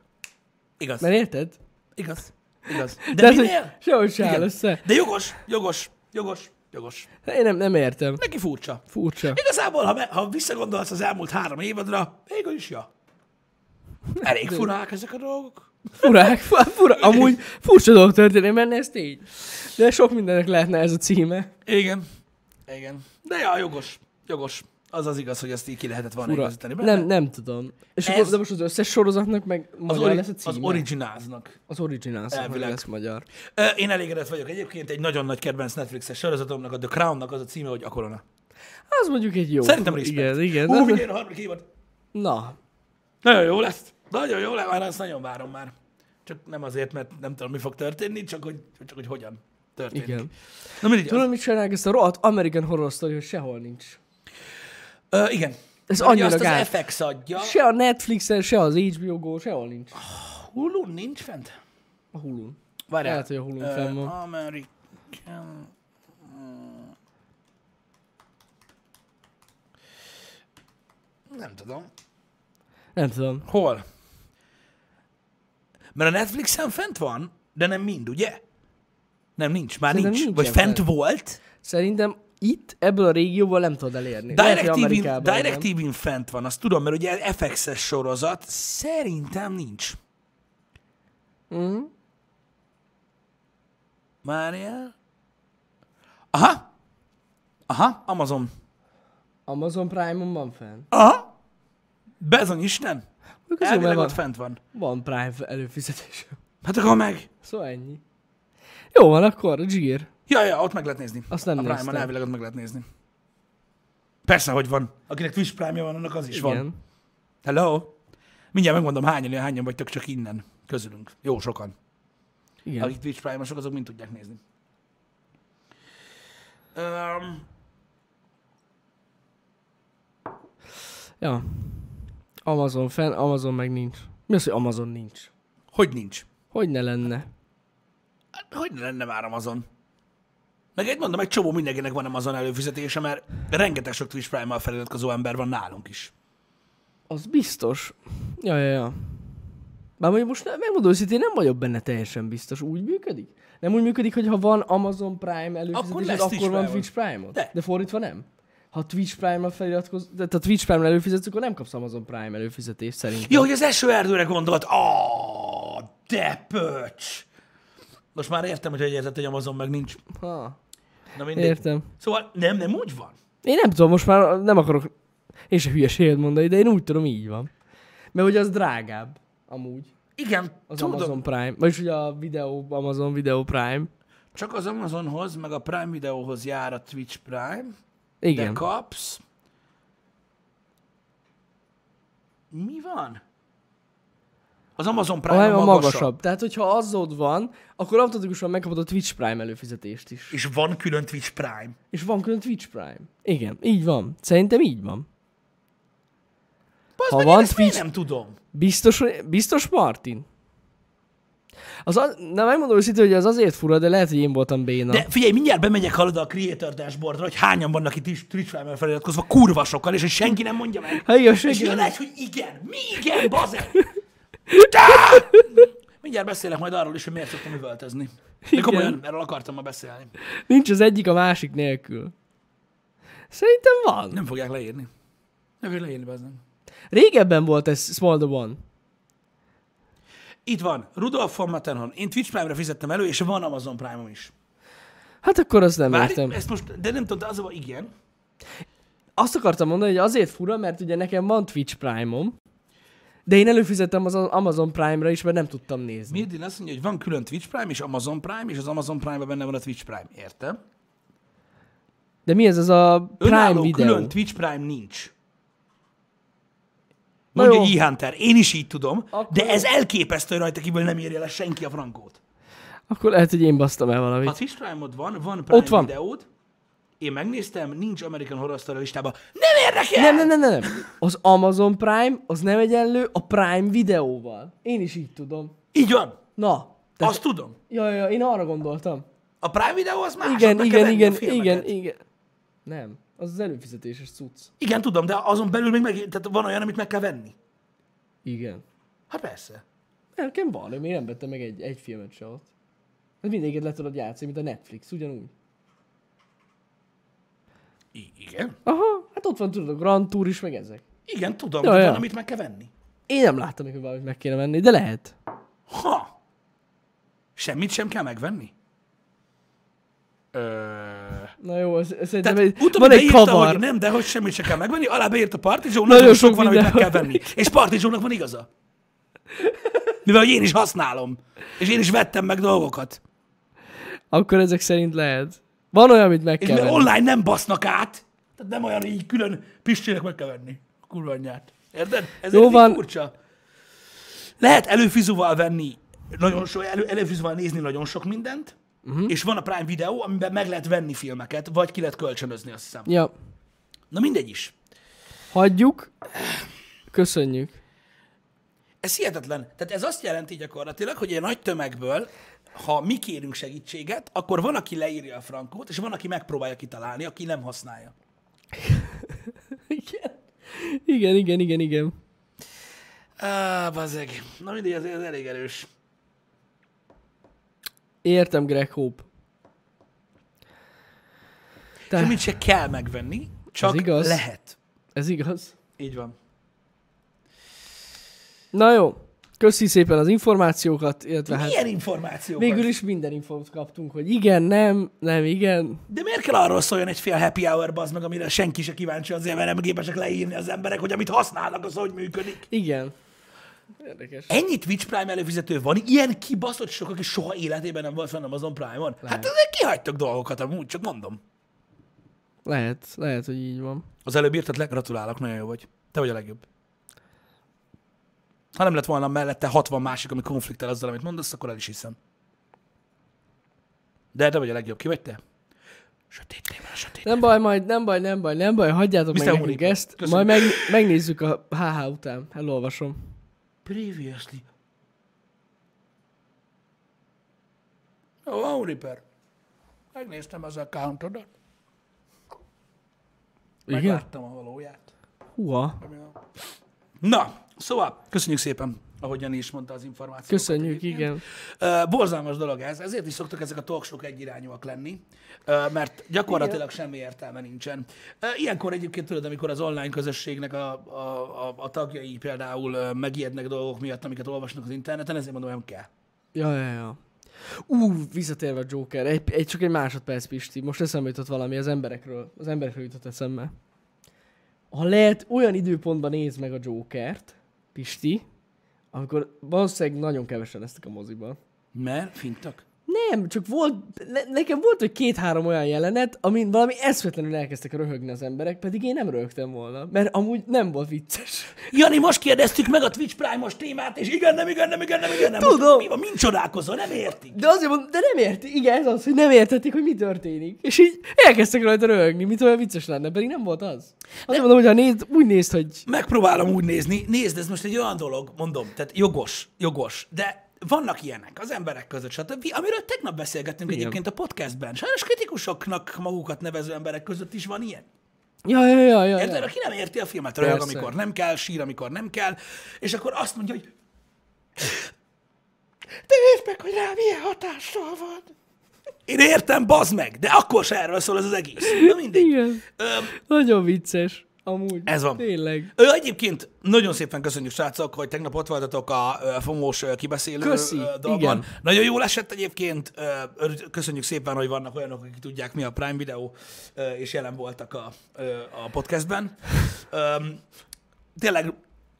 Speaker 1: Igaz.
Speaker 2: Mert érted?
Speaker 1: Igaz. Igaz. De,
Speaker 2: Tehát, hogy
Speaker 1: minél?
Speaker 2: Sehogy se áll
Speaker 1: Igen.
Speaker 2: össze. Hát
Speaker 1: De jogos, jogos, jogos, jogos.
Speaker 2: Én nem, nem értem.
Speaker 1: Neki furcsa.
Speaker 2: Furcsa.
Speaker 1: Igazából, ha, me- ha visszagondolsz az elmúlt három évadra, végül is ja. Elég furák ezek a dolgok.
Speaker 2: Furák, fu- fura, amúgy furcsa dolog történik benne, ez tény. De sok mindennek lehetne ez a címe.
Speaker 1: Igen. Igen. De ja, jogos, jogos. Az az igaz, hogy ezt így ki lehetett volna
Speaker 2: Fura.
Speaker 1: igazítani. benne.
Speaker 2: Nem, nem tudom. És
Speaker 1: Ez-
Speaker 2: akkor, de most az összes sorozatnak meg
Speaker 1: az,
Speaker 2: magyar
Speaker 1: ori-
Speaker 2: lesz a
Speaker 1: az
Speaker 2: címe.
Speaker 1: originálznak.
Speaker 2: az originál szóval
Speaker 1: Elvileg.
Speaker 2: lesz magyar.
Speaker 1: Ö, Én elégedett vagyok. Egyébként egy nagyon nagy kedvenc Netflixes sorozatomnak, a The Crown-nak az a címe, hogy a korona.
Speaker 2: Az mondjuk egy jó.
Speaker 1: Szerintem respekt.
Speaker 2: Igen, igen.
Speaker 1: Hú,
Speaker 2: Na,
Speaker 1: mindjárt a harmadik évad.
Speaker 2: na,
Speaker 1: Nagyon jó lesz. Nagyon jó lesz, már azt nagyon várom már. Csak nem azért, mert nem tudom, mi fog történni, csak hogy, csak hogy hogyan történik.
Speaker 2: igen.
Speaker 1: Na mindegy.
Speaker 2: Tudod, mit csinálják ezt a rohadt American Horror Story, hogy sehol nincs.
Speaker 1: Ö, igen.
Speaker 2: Ez
Speaker 1: Ugye
Speaker 2: annyira
Speaker 1: azt
Speaker 2: gáz.
Speaker 1: az FX adja.
Speaker 2: Se a Netflixen, se az HBO Go, sehol nincs.
Speaker 1: Hulu nincs fent?
Speaker 2: A Hulun.
Speaker 1: Várjál.
Speaker 2: Lehet, hogy a Hulun
Speaker 1: Ö, Hmm.
Speaker 2: fenn van.
Speaker 1: American... Nem tudom.
Speaker 2: Nem tudom.
Speaker 1: Hol? Mert a Netflixen fent van, de nem mind, ugye? Nem, nincs. Már
Speaker 2: Szerintem
Speaker 1: nincs. Vagy
Speaker 2: nincsen
Speaker 1: fent
Speaker 2: fent.
Speaker 1: volt.
Speaker 2: Szerintem itt, ebből a régióból nem tudod elérni. Lehet, hogy
Speaker 1: DirecTV-n
Speaker 2: Amerikában, nem.
Speaker 1: DirecTV fent van, azt tudom, mert ugye FX-es sorozat szerintem nincs.
Speaker 2: Mhm.
Speaker 1: Mária? Aha. Aha, Amazon.
Speaker 2: Amazon Prime-on van fenn.
Speaker 1: Aha. Bezony Isten.
Speaker 2: Mondjuk Az jó, mert
Speaker 1: Elvileg
Speaker 2: van,
Speaker 1: ott fent van.
Speaker 2: van Prime előfizetés.
Speaker 1: Hát akkor meg.
Speaker 2: Szóval ennyi. Jó van, akkor Zsír.
Speaker 1: Ja, ja, ott meg lehet nézni.
Speaker 2: Azt nem
Speaker 1: a Prime-on
Speaker 2: néztem.
Speaker 1: elvileg ott meg lehet nézni. Persze, hogy van. Akinek Twitch prime van, annak az is Igen. van.
Speaker 2: Igen.
Speaker 1: Hello? Mindjárt megmondom, hányan, hányan vagytok csak innen közülünk. Jó sokan.
Speaker 2: Igen.
Speaker 1: Akik Twitch Prime-osok, azok mind tudják nézni. Um,
Speaker 2: Ja. Amazon fenn, Amazon meg nincs. Mi az, hogy Amazon nincs?
Speaker 1: hogy nincs?
Speaker 2: Hogy ne lenne?
Speaker 1: Hát, Hogy ne lenne már Amazon? Meg egy mondom, egy csomó mindenkinek van Amazon előfizetése, mert rengeteg sok Twitch Prime-mal feliratkozó ember van nálunk is.
Speaker 2: Az biztos. Ja, ja, ja. Bár mondjuk most nem, megmondom őszintén, nem vagyok benne teljesen biztos. Úgy működik? Nem úgy működik, hogy ha van Amazon Prime előfizetés,
Speaker 1: lesz
Speaker 2: akkor,
Speaker 1: Twitch
Speaker 2: akkor van
Speaker 1: Prime-od.
Speaker 2: Twitch Prime-od.
Speaker 1: De.
Speaker 2: De. De fordítva nem. Ha Twitch Prime-ra feliratkoz, de ha Twitch Prime-ra előfizetsz, akkor nem kapsz Amazon Prime előfizetést szerintem.
Speaker 1: Jó, hogy az első erdőre gondolt. Ah, de pöcs! Most már értem, hogy hogy érted, hogy Amazon meg nincs.
Speaker 2: Ha,
Speaker 1: Na mindegy.
Speaker 2: értem.
Speaker 1: Szóval nem, nem úgy van.
Speaker 2: Én nem tudom, most már nem akarok én se hülyeséget mondani, de én úgy tudom, így van. Mert hogy az drágább, amúgy,
Speaker 1: Igen,
Speaker 2: az
Speaker 1: tudom.
Speaker 2: Amazon Prime. Vagyis ugye a videó, Amazon Video Prime.
Speaker 1: Csak az Amazonhoz, meg a Prime videóhoz jár a Twitch Prime, Igen. de
Speaker 2: Igen.
Speaker 1: kapsz... Mi van? Az Amazon
Speaker 2: A,
Speaker 1: Prime
Speaker 2: a,
Speaker 1: a,
Speaker 2: a
Speaker 1: magasabb.
Speaker 2: magasabb. Tehát, hogyha azod van, akkor automatikusan megkapod a Twitch Prime előfizetést is.
Speaker 1: És van külön Twitch Prime.
Speaker 2: És van külön Twitch Prime. Igen, így van. Szerintem így van.
Speaker 1: Bazd
Speaker 2: Ha
Speaker 1: meg,
Speaker 2: van
Speaker 1: én ezt miért
Speaker 2: Twitch-
Speaker 1: nem tudom.
Speaker 2: Biztos, hogy- biztos Martin? Az, az, na megmondom őszintén, hogy az azért fura, de lehet, hogy én voltam béna.
Speaker 1: De figyelj, mindjárt bemegyek hallod a Creator Dashboardra, hogy hányan vannak itt is Twitch Prime-el feliratkozva, kurva sokan, és hogy senki nem mondja meg.
Speaker 2: Ha igen,
Speaker 1: és
Speaker 2: senki
Speaker 1: jön
Speaker 2: nem-
Speaker 1: egy, hogy igen, mi igen, bazen. Mindjárt beszélek majd arról is, hogy miért szoktam üvöltözni. De
Speaker 2: Igen.
Speaker 1: komolyan, erről akartam ma beszélni.
Speaker 2: Nincs az egyik a másik nélkül. Szerintem van.
Speaker 1: Nem fogják leírni. Nem fogják leírni, bazen.
Speaker 2: Régebben volt ez Small the One.
Speaker 1: Itt van, Rudolf von Matterhorn. Én Twitch Prime-ra fizettem elő, és van Amazon Prime-om is.
Speaker 2: Hát akkor azt nem
Speaker 1: Várj,
Speaker 2: értem.
Speaker 1: ezt most, de nem tudom, de az a baj, igen.
Speaker 2: Azt akartam mondani, hogy azért fura, mert ugye nekem van Twitch Prime-om, de én előfizettem az Amazon Prime-ra is, mert nem tudtam nézni.
Speaker 1: Mirdin azt mondja, hogy van külön Twitch Prime és Amazon Prime, és az Amazon Prime-ban benne van a Twitch Prime. Értem?
Speaker 2: De mi ez az a Prime
Speaker 1: Önálló
Speaker 2: videó?
Speaker 1: külön Twitch Prime nincs.
Speaker 2: Na
Speaker 1: Mondja
Speaker 2: jó.
Speaker 1: egy Hunter, én is így tudom,
Speaker 2: Akkor
Speaker 1: de
Speaker 2: jó.
Speaker 1: ez elképesztő hogy rajta, kívül nem érje le senki a frankót.
Speaker 2: Akkor lehet, hogy én basztam el
Speaker 1: Ha
Speaker 2: valamit.
Speaker 1: Twitch Prime-od van, van Prime
Speaker 2: Ott van.
Speaker 1: videód, én megnéztem, nincs American Horror Story listában. Nem érdekel!
Speaker 2: Nem, nem, nem, nem, nem. Az Amazon Prime az nem egyenlő a Prime videóval. Én is így tudom.
Speaker 1: Így van,
Speaker 2: Na.
Speaker 1: Te azt tudom.
Speaker 2: Ja, ja, ja, én arra gondoltam.
Speaker 1: A Prime videó az más.
Speaker 2: Igen,
Speaker 1: annak kell
Speaker 2: igen,
Speaker 1: venni a
Speaker 2: igen,
Speaker 1: filmeket.
Speaker 2: igen, igen. Nem, az az előfizetéses cucc.
Speaker 1: Igen, tudom, de azon belül még meg, tehát van olyan, amit meg kell venni.
Speaker 2: Igen.
Speaker 1: Hát persze.
Speaker 2: Nekem van, én még nem vettem meg egy, egy filmet se ott. Hát mindegyiket le tudod játszani, mint a Netflix, ugyanúgy.
Speaker 1: I- igen.
Speaker 2: Aha, hát ott van tudod a Grand Tour is, meg ezek.
Speaker 1: Igen, tudom,
Speaker 2: Ja,
Speaker 1: de
Speaker 2: ja.
Speaker 1: van, amit meg kell venni.
Speaker 2: Én nem láttam, hogy valamit meg kéne venni, de lehet.
Speaker 1: Ha! Semmit sem kell megvenni? Ö...
Speaker 2: Na jó, ez, ez szerintem
Speaker 1: Tehát
Speaker 2: egy,
Speaker 1: utóbbi
Speaker 2: van egy
Speaker 1: beírta,
Speaker 2: kavar.
Speaker 1: hogy nem, de hogy semmit sem kell megvenni, alá beírt a partizsó,
Speaker 2: Nagyon
Speaker 1: nagyon sok,
Speaker 2: sok
Speaker 1: van, amit meg
Speaker 2: minden
Speaker 1: kell
Speaker 2: van.
Speaker 1: venni. És partizsónak van igaza. Mivel hogy én is használom. És én is vettem meg dolgokat.
Speaker 2: Akkor ezek szerint lehet. Van olyan, amit meg
Speaker 1: És
Speaker 2: kell
Speaker 1: mert
Speaker 2: venni.
Speaker 1: online nem basznak át, tehát nem olyan, hogy így külön pistének meg kell venni. Kurva anyját. Érted? Ez
Speaker 2: Jó
Speaker 1: Jó van.
Speaker 2: van.
Speaker 1: furcsa. Lehet előfizuval venni, nagyon sok, elő, előfizuval nézni nagyon sok mindent, uh-huh. és van a Prime videó, amiben meg lehet venni filmeket, vagy ki lehet kölcsönözni, azt hiszem.
Speaker 2: Ja,
Speaker 1: Na mindegy is.
Speaker 2: hagyjuk. Köszönjük.
Speaker 1: Ez hihetetlen. Tehát ez azt jelenti gyakorlatilag, hogy egy nagy tömegből, ha mi kérünk segítséget, akkor van, aki leírja a frankót, és van, aki megpróbálja kitalálni, aki nem használja.
Speaker 2: Igen. Igen, igen, igen, igen.
Speaker 1: Á, bazeg. Na mindegy, ez, ez elég erős.
Speaker 2: Értem, Greg Hope. Te-
Speaker 1: Semmit se kell megvenni, csak
Speaker 2: igaz.
Speaker 1: lehet.
Speaker 2: Ez igaz.
Speaker 1: Így van.
Speaker 2: Na jó, köszi szépen az információkat, illetve hát
Speaker 1: Milyen információ?
Speaker 2: végül is minden infót kaptunk, hogy igen, nem, nem, igen.
Speaker 1: De miért kell arról szóljon egy fél happy hour bazd meg, amire senki se kíváncsi azért, mert nem képesek leírni az emberek, hogy amit használnak, az hogy működik.
Speaker 2: Igen. Érdekes.
Speaker 1: Ennyi Twitch Prime előfizető van, ilyen kibaszott sok, aki soha életében nem volt fenn azon Prime-on. Hát azért kihagytok dolgokat, amúgy, csak mondom.
Speaker 2: Lehet, lehet, hogy így van.
Speaker 1: Az előbb írtad le, gratulálok, nagyon jó vagy. Te vagy a legjobb. Ha nem lett volna mellette 60 másik, ami konfliktál azzal, amit mondasz, akkor el is hiszem. De te vagy a legjobb, ki vagy te? Sötét témán, sötét.
Speaker 2: Nem baj, majd, nem baj, nem baj, nem baj, hagyjátok
Speaker 1: Mr.
Speaker 2: meg nekünk
Speaker 1: Honeypot.
Speaker 2: ezt,
Speaker 1: Köszönöm.
Speaker 2: majd meg, megnézzük a HH után, elolvasom.
Speaker 1: Previously. Ó, oh, Reaper. Megnéztem az accountodat.
Speaker 2: Igen?
Speaker 1: Megláttam a valóját.
Speaker 2: Húha,
Speaker 1: Na, szóval, köszönjük szépen, ahogy Jani is mondta az információt.
Speaker 2: köszönjük, igen.
Speaker 1: Ö, borzalmas dolog ez, ezért is szoktak ezek a talksok egyirányúak lenni, ö, mert gyakorlatilag semmi értelme nincsen. Ö, Ilyenkor egyébként tudod, amikor az online közösségnek a, a, a, a tagjai például ö, megijednek dolgok miatt, amiket olvasnak az interneten, ezért mondom, nem kell.
Speaker 2: Ja, ja, ja. Ú, visszatérve a Joker, egy, egy, csak egy másodperc, Pisti, most eszembe jutott valami az emberekről, az emberekről jutott eszembe. Ha lehet, olyan időpontban nézd meg a Jokert, Pisti, amikor valószínűleg nagyon kevesen lesznek a moziban.
Speaker 1: Mert fintak.
Speaker 2: Nem, csak volt, ne, nekem volt, hogy két-három olyan jelenet, amin valami eszvetlenül elkezdtek röhögni az emberek, pedig én nem röhögtem volna, mert amúgy nem volt vicces.
Speaker 1: Jani, most kérdeztük meg a Twitch Prime-os témát, és igen, nem, igen, nem, igen, nem, igen, nem. Most
Speaker 2: Tudom.
Speaker 1: Mi van, mind csodálkozol, nem értik.
Speaker 2: De azért mondom, de nem érti, igen, ez az, hogy nem értették, hogy mi történik. És így elkezdtek rajta röhögni, mint olyan vicces lenne, pedig nem volt az. Azt mondom, hogy ha nézd, úgy nézd, hogy
Speaker 1: Megpróbálom úgy nézni. Nézd, ez most egy olyan dolog, mondom, tehát jogos, jogos, de vannak ilyenek az emberek között, stb. Amiről tegnap beszélgettünk Igen. egyébként a podcastben. Sajnos kritikusoknak magukat nevező emberek között is van ilyen.
Speaker 2: ja, ja, ja, ja,
Speaker 1: Érted?
Speaker 2: ja.
Speaker 1: Aki nem érti a filmet, rajog,
Speaker 2: Persze.
Speaker 1: amikor nem kell, sír, amikor nem kell, és akkor azt mondja, hogy te érted meg, hogy rá milyen hatással van. Én értem, bazd meg, de akkor se erről szól ez az egész. Na mindegy.
Speaker 2: Igen,
Speaker 1: Öm,
Speaker 2: nagyon vicces, amúgy.
Speaker 1: Ez van.
Speaker 2: Tényleg.
Speaker 1: Ő egyébként nagyon szépen köszönjük, srácok, hogy tegnap ott voltatok a ö, fomós ö, kibeszélő
Speaker 2: Köszi,
Speaker 1: ö, dolgon.
Speaker 2: igen.
Speaker 1: Nagyon jól esett egyébként. ö, ör- Köszönjük szépen, hogy vannak olyanok, akik tudják, mi a Prime Video, ö, és jelen voltak a, ö, a podcastben. Öm, Tényleg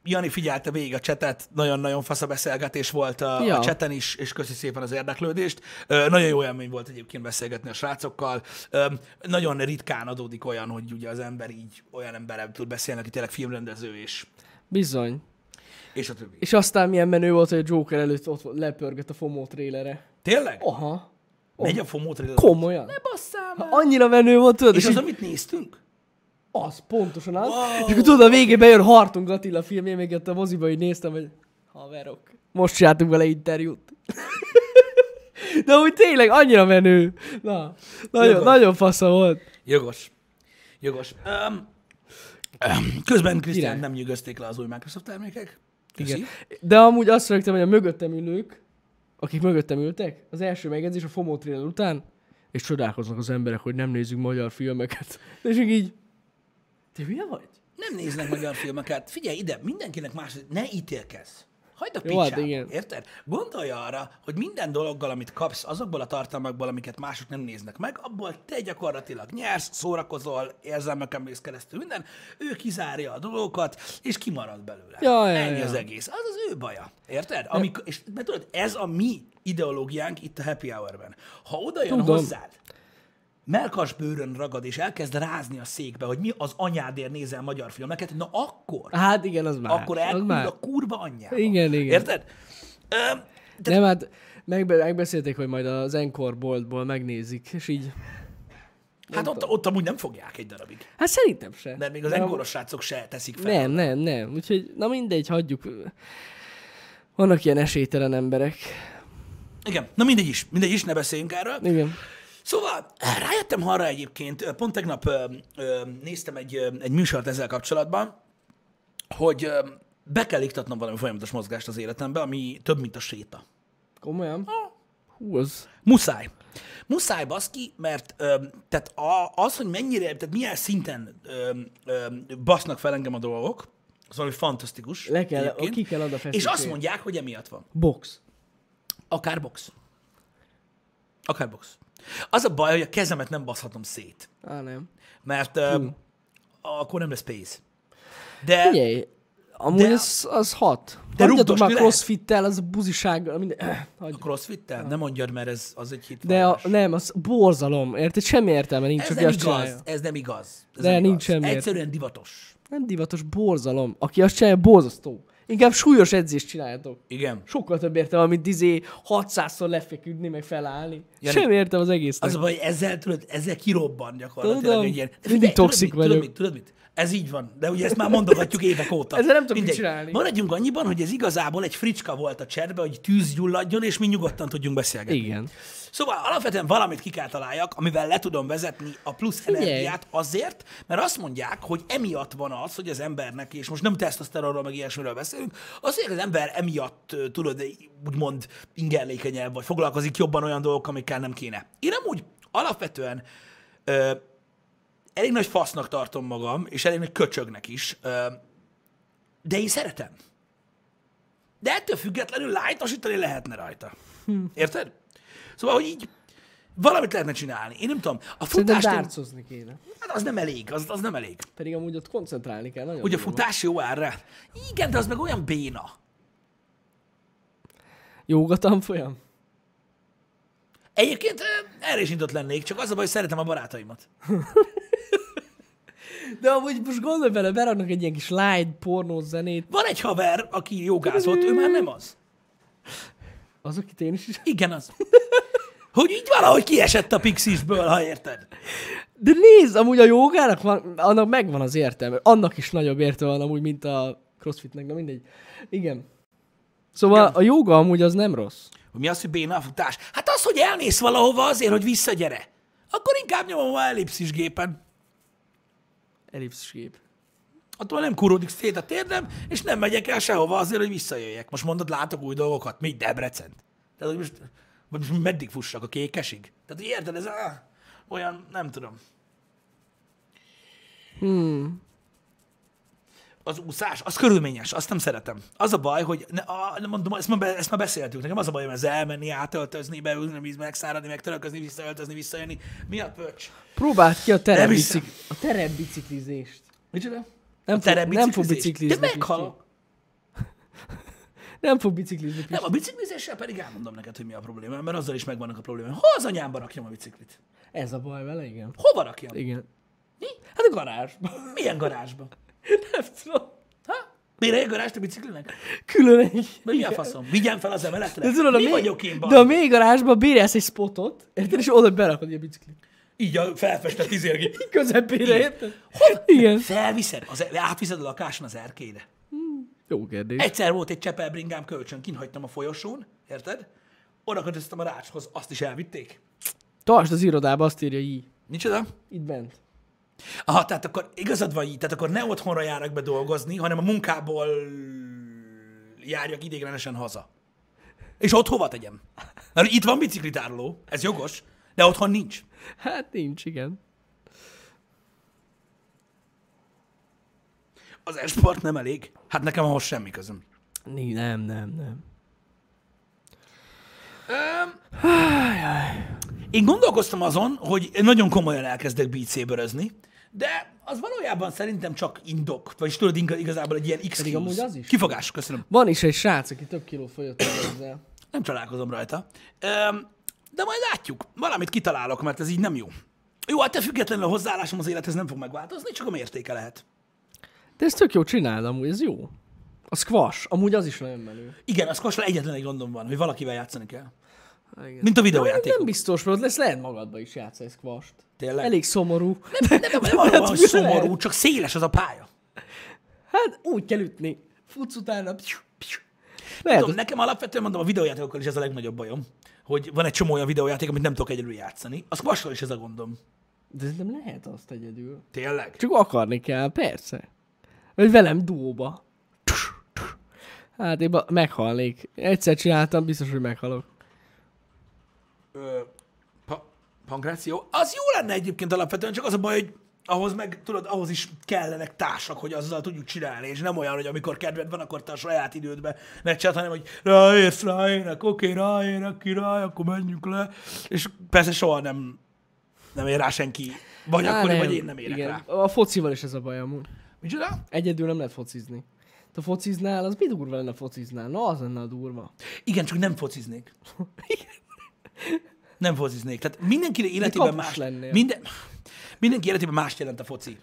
Speaker 1: Jani figyelte végig a csetet, nagyon-nagyon fasz a beszélgetés volt a, ja.
Speaker 2: Ja.
Speaker 1: a cseten is, és köszi szépen az érdeklődést. Ö, Nagyon jó élmény volt egyébként beszélgetni a srácokkal. Ö, Nagyon ritkán adódik olyan, hogy ugye az ember így olyan emberrel tud beszélni, aki tényleg filmrendező és,
Speaker 2: Bizony.
Speaker 1: és a többi.
Speaker 2: És aztán milyen menő volt, hogy a Joker előtt ott lepörgött a FOMO trélere.
Speaker 1: Tényleg? Oh,
Speaker 2: Aha.
Speaker 1: Megy a fomó trailer.
Speaker 2: Komolyan.
Speaker 1: Ne basszál már!
Speaker 2: Annyira menő volt, tudod?
Speaker 1: És az,
Speaker 2: így-
Speaker 1: amit néztünk?
Speaker 2: Az, pontosan az.
Speaker 1: Wow.
Speaker 2: Wow. És akkor tudod, a végén bejön Hartung Attila film, én még ott a moziba így néztem, hogy haverok, most csináltunk vele interjút. De úgy tényleg annyira menő. Na, nagyon,
Speaker 1: Jogos.
Speaker 2: nagyon fasza volt.
Speaker 1: Jogos. Jogos. Um, um, közben Krisztián
Speaker 2: Király.
Speaker 1: nem nyűgözték le az új Microsoft termékek. Köszi.
Speaker 2: Igen. De amúgy azt rögtem, hogy a mögöttem ülők, akik mögöttem ültek, az első megjegyzés a FOMO trailer után, és csodálkoznak az emberek, hogy nem nézzük magyar filmeket. És ők így, te hülye vagy?
Speaker 1: Nem néznek magyar filmeket. Figyelj ide, mindenkinek más, ne ítélkezz. Hagyd a
Speaker 2: Jó, hát
Speaker 1: picsába,
Speaker 2: igen.
Speaker 1: érted? Gondolj arra, hogy minden dologgal, amit kapsz, azokból a tartalmakból, amiket mások nem néznek meg, abból te gyakorlatilag nyersz, szórakozol, érzelmeken mész keresztül minden, ő kizárja a dolgokat, és kimarad belőle.
Speaker 2: Ja, ja,
Speaker 1: Ennyi
Speaker 2: ja.
Speaker 1: az egész. Az az ő baja, érted? Amikor, és mert tudod, ez a mi ideológiánk itt a Happy Hour-ben. Ha oda jön
Speaker 2: Tudom.
Speaker 1: hozzád, melkas bőrön ragad, és elkezd rázni a székbe, hogy mi az anyádért nézel magyar filmeket, na akkor,
Speaker 2: Hát igen, az már.
Speaker 1: akkor
Speaker 2: az
Speaker 1: elküld
Speaker 2: már.
Speaker 1: a kurva anyjába.
Speaker 2: Igen, igen.
Speaker 1: Érted? Öm,
Speaker 2: De... Nem, hát megbe- megbeszélték, hogy majd az Encore boltból megnézik, és így...
Speaker 1: hát ott, ott amúgy nem fogják egy darabig.
Speaker 2: Hát szerintem se.
Speaker 1: Mert még az enkoros srácok se teszik fel.
Speaker 2: Nem, nem, nem. Úgyhogy, na mindegy, hagyjuk. Vannak ilyen esélytelen emberek.
Speaker 1: Igen, na mindegy is, mindegy is, ne beszéljünk erről.
Speaker 2: Igen.
Speaker 1: Szóval rájöttem arra egyébként, pont tegnap ö, ö, néztem egy, ö, egy műsort ezzel kapcsolatban, hogy ö, be kell iktatnom valami folyamatos mozgást az életembe, ami több, mint a séta.
Speaker 2: Komolyan? Hú, az...
Speaker 1: Muszáj. Muszáj, baszki, mert ö, tehát a, az, hogy mennyire, tehát milyen szinten ö, ö, basznak fel engem a dolgok, az valami fantasztikus.
Speaker 2: Le kell-
Speaker 1: egyébként.
Speaker 2: ki kell ad a
Speaker 1: És
Speaker 2: feszültség.
Speaker 1: azt mondják, hogy emiatt van.
Speaker 2: Box.
Speaker 1: Akár box. Akár box. Az a baj, hogy a kezemet nem baszhatom szét,
Speaker 2: Á, nem.
Speaker 1: mert ö, akkor nem lesz pénz. De
Speaker 2: Figyelj, amúgy
Speaker 1: De-
Speaker 2: az, az hat.
Speaker 1: De
Speaker 2: Hagyjatok már
Speaker 1: rugdosni lehet.
Speaker 2: crossfittel, az buzisággal, minden... Eh, Hagyj.
Speaker 1: a crossfit-tel? Nem mondjad, mert ez az egy hit.
Speaker 2: De a, nem, az borzalom, érted? Semmi értelme nincs,
Speaker 1: ez
Speaker 2: aki
Speaker 1: nem
Speaker 2: azt
Speaker 1: igaz,
Speaker 2: csinálja.
Speaker 1: ez nem igaz. Ez
Speaker 2: De
Speaker 1: nem
Speaker 2: nincs
Speaker 1: igaz.
Speaker 2: semmi értelme.
Speaker 1: Egyszerűen divatos.
Speaker 2: Nem divatos, borzalom. Aki azt csinálja, borzasztó. Inkább súlyos edzést csináljatok.
Speaker 1: Igen.
Speaker 2: Sokkal több értelme, mint izé 600-szor lefeküdni, meg felállni.
Speaker 1: Jani,
Speaker 2: Semmi értem az egésznek.
Speaker 1: Az a baj, hogy ezzel, tudod, ezzel kirobban gyakorlatilag
Speaker 2: Tudom.
Speaker 1: egy ilyen. De
Speaker 2: Mindig toxik
Speaker 1: tudod mit, Tudod
Speaker 2: vagyok.
Speaker 1: mit, tudod mit? Ez így van, de ugye ezt már mondogatjuk évek óta.
Speaker 2: Ezzel nem tudok mit
Speaker 1: Mindegy.
Speaker 2: csinálni.
Speaker 1: Maradjunk annyiban, hogy ez igazából egy fricska volt a cserbe, hogy tűz gyulladjon, és mi nyugodtan tudjunk beszélgetni.
Speaker 2: Igen.
Speaker 1: Szóval alapvetően valamit ki kell találjak, amivel le tudom vezetni a plusz
Speaker 2: Figyelj.
Speaker 1: energiát azért, mert azt mondják, hogy emiatt van az, hogy az embernek, és most nem tesztoszteronról, meg ilyesmiről beszélünk, azért az ember emiatt, ö, tudod, úgymond ingerlékenyebb, vagy foglalkozik jobban olyan dolgok, amikkel nem kéne. Én amúgy alapvetően ö, elég nagy fasznak tartom magam, és elég nagy köcsögnek is, ö, de én szeretem. De ettől függetlenül lájtosítani lehetne rajta. Érted? Szóval, hogy így valamit lehetne csinálni. Én nem tudom. A
Speaker 2: Szerintem
Speaker 1: futást, én,
Speaker 2: dárcozni kéne.
Speaker 1: hát az nem elég, az, az nem elég.
Speaker 2: Pedig amúgy ott koncentrálni kell. Nagyon
Speaker 1: Hogy a
Speaker 2: durva.
Speaker 1: futás jó erre? Igen, de az meg olyan béna.
Speaker 2: Jóga tanfolyam?
Speaker 1: Egyébként ö, erre is nyitott lennék, csak az a baj, hogy szeretem a barátaimat.
Speaker 2: De amúgy most gondolj bele, beraknak egy ilyen kis light pornó zenét.
Speaker 1: Van egy haver, aki jogázott, ő már nem az.
Speaker 2: Az, akit én is
Speaker 1: Igen, az. Hogy így valahogy kiesett a pixisből, ha érted.
Speaker 2: De nézd, amúgy a jogának van, annak megvan az értelme. Annak is nagyobb értelme van amúgy, mint a crossfitnek, na mindegy. Igen. Szóval a joga amúgy az nem rossz.
Speaker 1: Hogy mi az, hogy béna a futás? Hát az, hogy elmész valahova azért, hogy visszagyere. Akkor inkább nyomom a ellipszis gépen.
Speaker 2: Ellipszis gép.
Speaker 1: Attól nem kuródik szét a térdem, és nem megyek el sehova azért, hogy visszajöjjek. Most mondod, látok új dolgokat. Mi Debrecen? Tehát, hogy most, vagy most meddig fussak a kékesig? Tehát, hogy érted, ez áh, olyan, nem tudom. Hmm.
Speaker 2: Hmm.
Speaker 1: Az úszás, az körülményes, azt nem szeretem. Az a baj, hogy, ne, a, nem mondom, ezt már, be- ezt már beszéltünk, nekem az a bajom ezzel elmenni, átöltözni, beülni, vízbe, megszáradni, megtöröközni, visszaöltözni, visszajönni. Mi a pöcs?
Speaker 2: Próbáld ki a
Speaker 1: Nem hiszem.
Speaker 2: terepbicik... a terepbiciklizést.
Speaker 1: Micsoda?
Speaker 2: Nem, fog, nem fog biciklizni.
Speaker 1: De
Speaker 2: Pisti.
Speaker 1: meghalok.
Speaker 2: Nem fog biciklizni. Pisti.
Speaker 1: Nem, a biciklizéssel pedig elmondom neked, hogy mi a probléma, mert azzal is megvannak a problémák. Hol az anyámba rakjam a biciklit?
Speaker 2: Ez a baj vele, igen.
Speaker 1: Hova rakjam?
Speaker 2: Igen.
Speaker 1: Mi?
Speaker 2: Hát a garázsban.
Speaker 1: Milyen garázsba?
Speaker 2: Nem tudom.
Speaker 1: Ha? Mire egy garást a biciklinek?
Speaker 2: Külön egy.
Speaker 1: Vagy mi a faszom? Vigyem fel az emeletre?
Speaker 2: De tudod, a
Speaker 1: mi
Speaker 2: mély,
Speaker 1: vagyok én,
Speaker 2: De a
Speaker 1: de...
Speaker 2: mély garázsban bérelsz egy spotot, érted, és oda berakod a biciklit.
Speaker 1: Így a felfestett izérgi.
Speaker 2: Közepére, érted? Igen.
Speaker 1: Felviszed, az, átviszed a lakáson az erkélyre.
Speaker 2: Jó kérdés.
Speaker 1: Egyszer volt egy csepelbringám kölcsön, kint hagytam a folyosón, érted? Oda kötöztem a rácshoz, azt is elvitték.
Speaker 2: Tartsd az irodába, azt írja így.
Speaker 1: Nincs oda?
Speaker 2: Itt bent.
Speaker 1: Aha, tehát akkor igazad van így, tehát akkor ne otthonra járok be dolgozni, hanem a munkából járjak idéglenesen haza. És ott hova tegyem? Mert itt van biciklitároló, ez jogos, de otthon nincs.
Speaker 2: Hát nincs, igen.
Speaker 1: Az esport nem elég. Hát nekem ahhoz semmi közöm.
Speaker 2: Ni- Nem, nem, nem.
Speaker 1: Én gondolkoztam azon, hogy nagyon komolyan elkezdek bícébörözni, de az valójában szerintem csak indok, vagy tudod inga- igazából egy ilyen excuse.
Speaker 2: amúgy az is.
Speaker 1: Kifogás, köszönöm.
Speaker 2: Van is egy srác, aki több kiló fogyott el ezzel.
Speaker 1: Nem találkozom rajta. Öm, De majd látjuk. Valamit kitalálok, mert ez így nem jó. Jó, hát te függetlenül a hozzáállásom az élethez nem fog megváltozni, csak a mértéke lehet.
Speaker 2: De ezt tök jó csinál, amúgy, ez jó. A squash, amúgy az is nagyon menő.
Speaker 1: Igen, az kosra egyetlen egy gondom van, hogy valakivel játszani kell.
Speaker 2: Igen.
Speaker 1: Mint a
Speaker 2: nem,
Speaker 1: videójáték.
Speaker 2: nem biztos, mert ott lesz, lehet magadba is játszani squasht.
Speaker 1: Tényleg?
Speaker 2: Elég szomorú.
Speaker 1: nem, nem, nem arra van, hogy
Speaker 2: mi
Speaker 1: szomorú,
Speaker 2: lehet?
Speaker 1: csak széles az a pálya.
Speaker 2: Hát úgy kell ütni. Futsz utána. Pshu, pshu. Lehet,
Speaker 1: Tudom, nekem alapvetően mondom, a videójátékokkal is ez a legnagyobb bajom, hogy van egy csomó olyan videójáték, amit nem tudok egyedül játszani. A squashról is ez a gondom.
Speaker 2: de nem lehet azt egyedül.
Speaker 1: Tényleg?
Speaker 2: Csak akarni kell, persze. Vagy velem duóba. Hát én ba- meghalnék. Egyszer csináltam, biztos, hogy meghalok.
Speaker 1: Ö, pa- pankráció. Az jó lenne egyébként alapvetően, csak az a baj, hogy ahhoz meg, tudod, ahhoz is kellenek társak, hogy azzal tudjuk csinálni, és nem olyan, hogy amikor kedved van, akkor te a saját idődbe megcsinálod, hanem, hogy ráérsz, ráérek, oké, ráérek, király, akkor menjünk le. És persze soha nem, nem ér rá senki. Vagy
Speaker 2: Á,
Speaker 1: akkor,
Speaker 2: nem.
Speaker 1: vagy én nem érek
Speaker 2: Igen.
Speaker 1: Igen. rá.
Speaker 2: A focival is ez a baj amúgy.
Speaker 1: Micsoda?
Speaker 2: Egyedül nem lehet focizni. Te fociznál, az mi durva lenne fociznál? Na, az lenne a durva.
Speaker 1: Igen, csak nem fociznék. Nem fociznék. Tehát mindenkinek életében
Speaker 2: kapus
Speaker 1: más...
Speaker 2: lennél.
Speaker 1: Minden, mindenki életében más jelent a foci.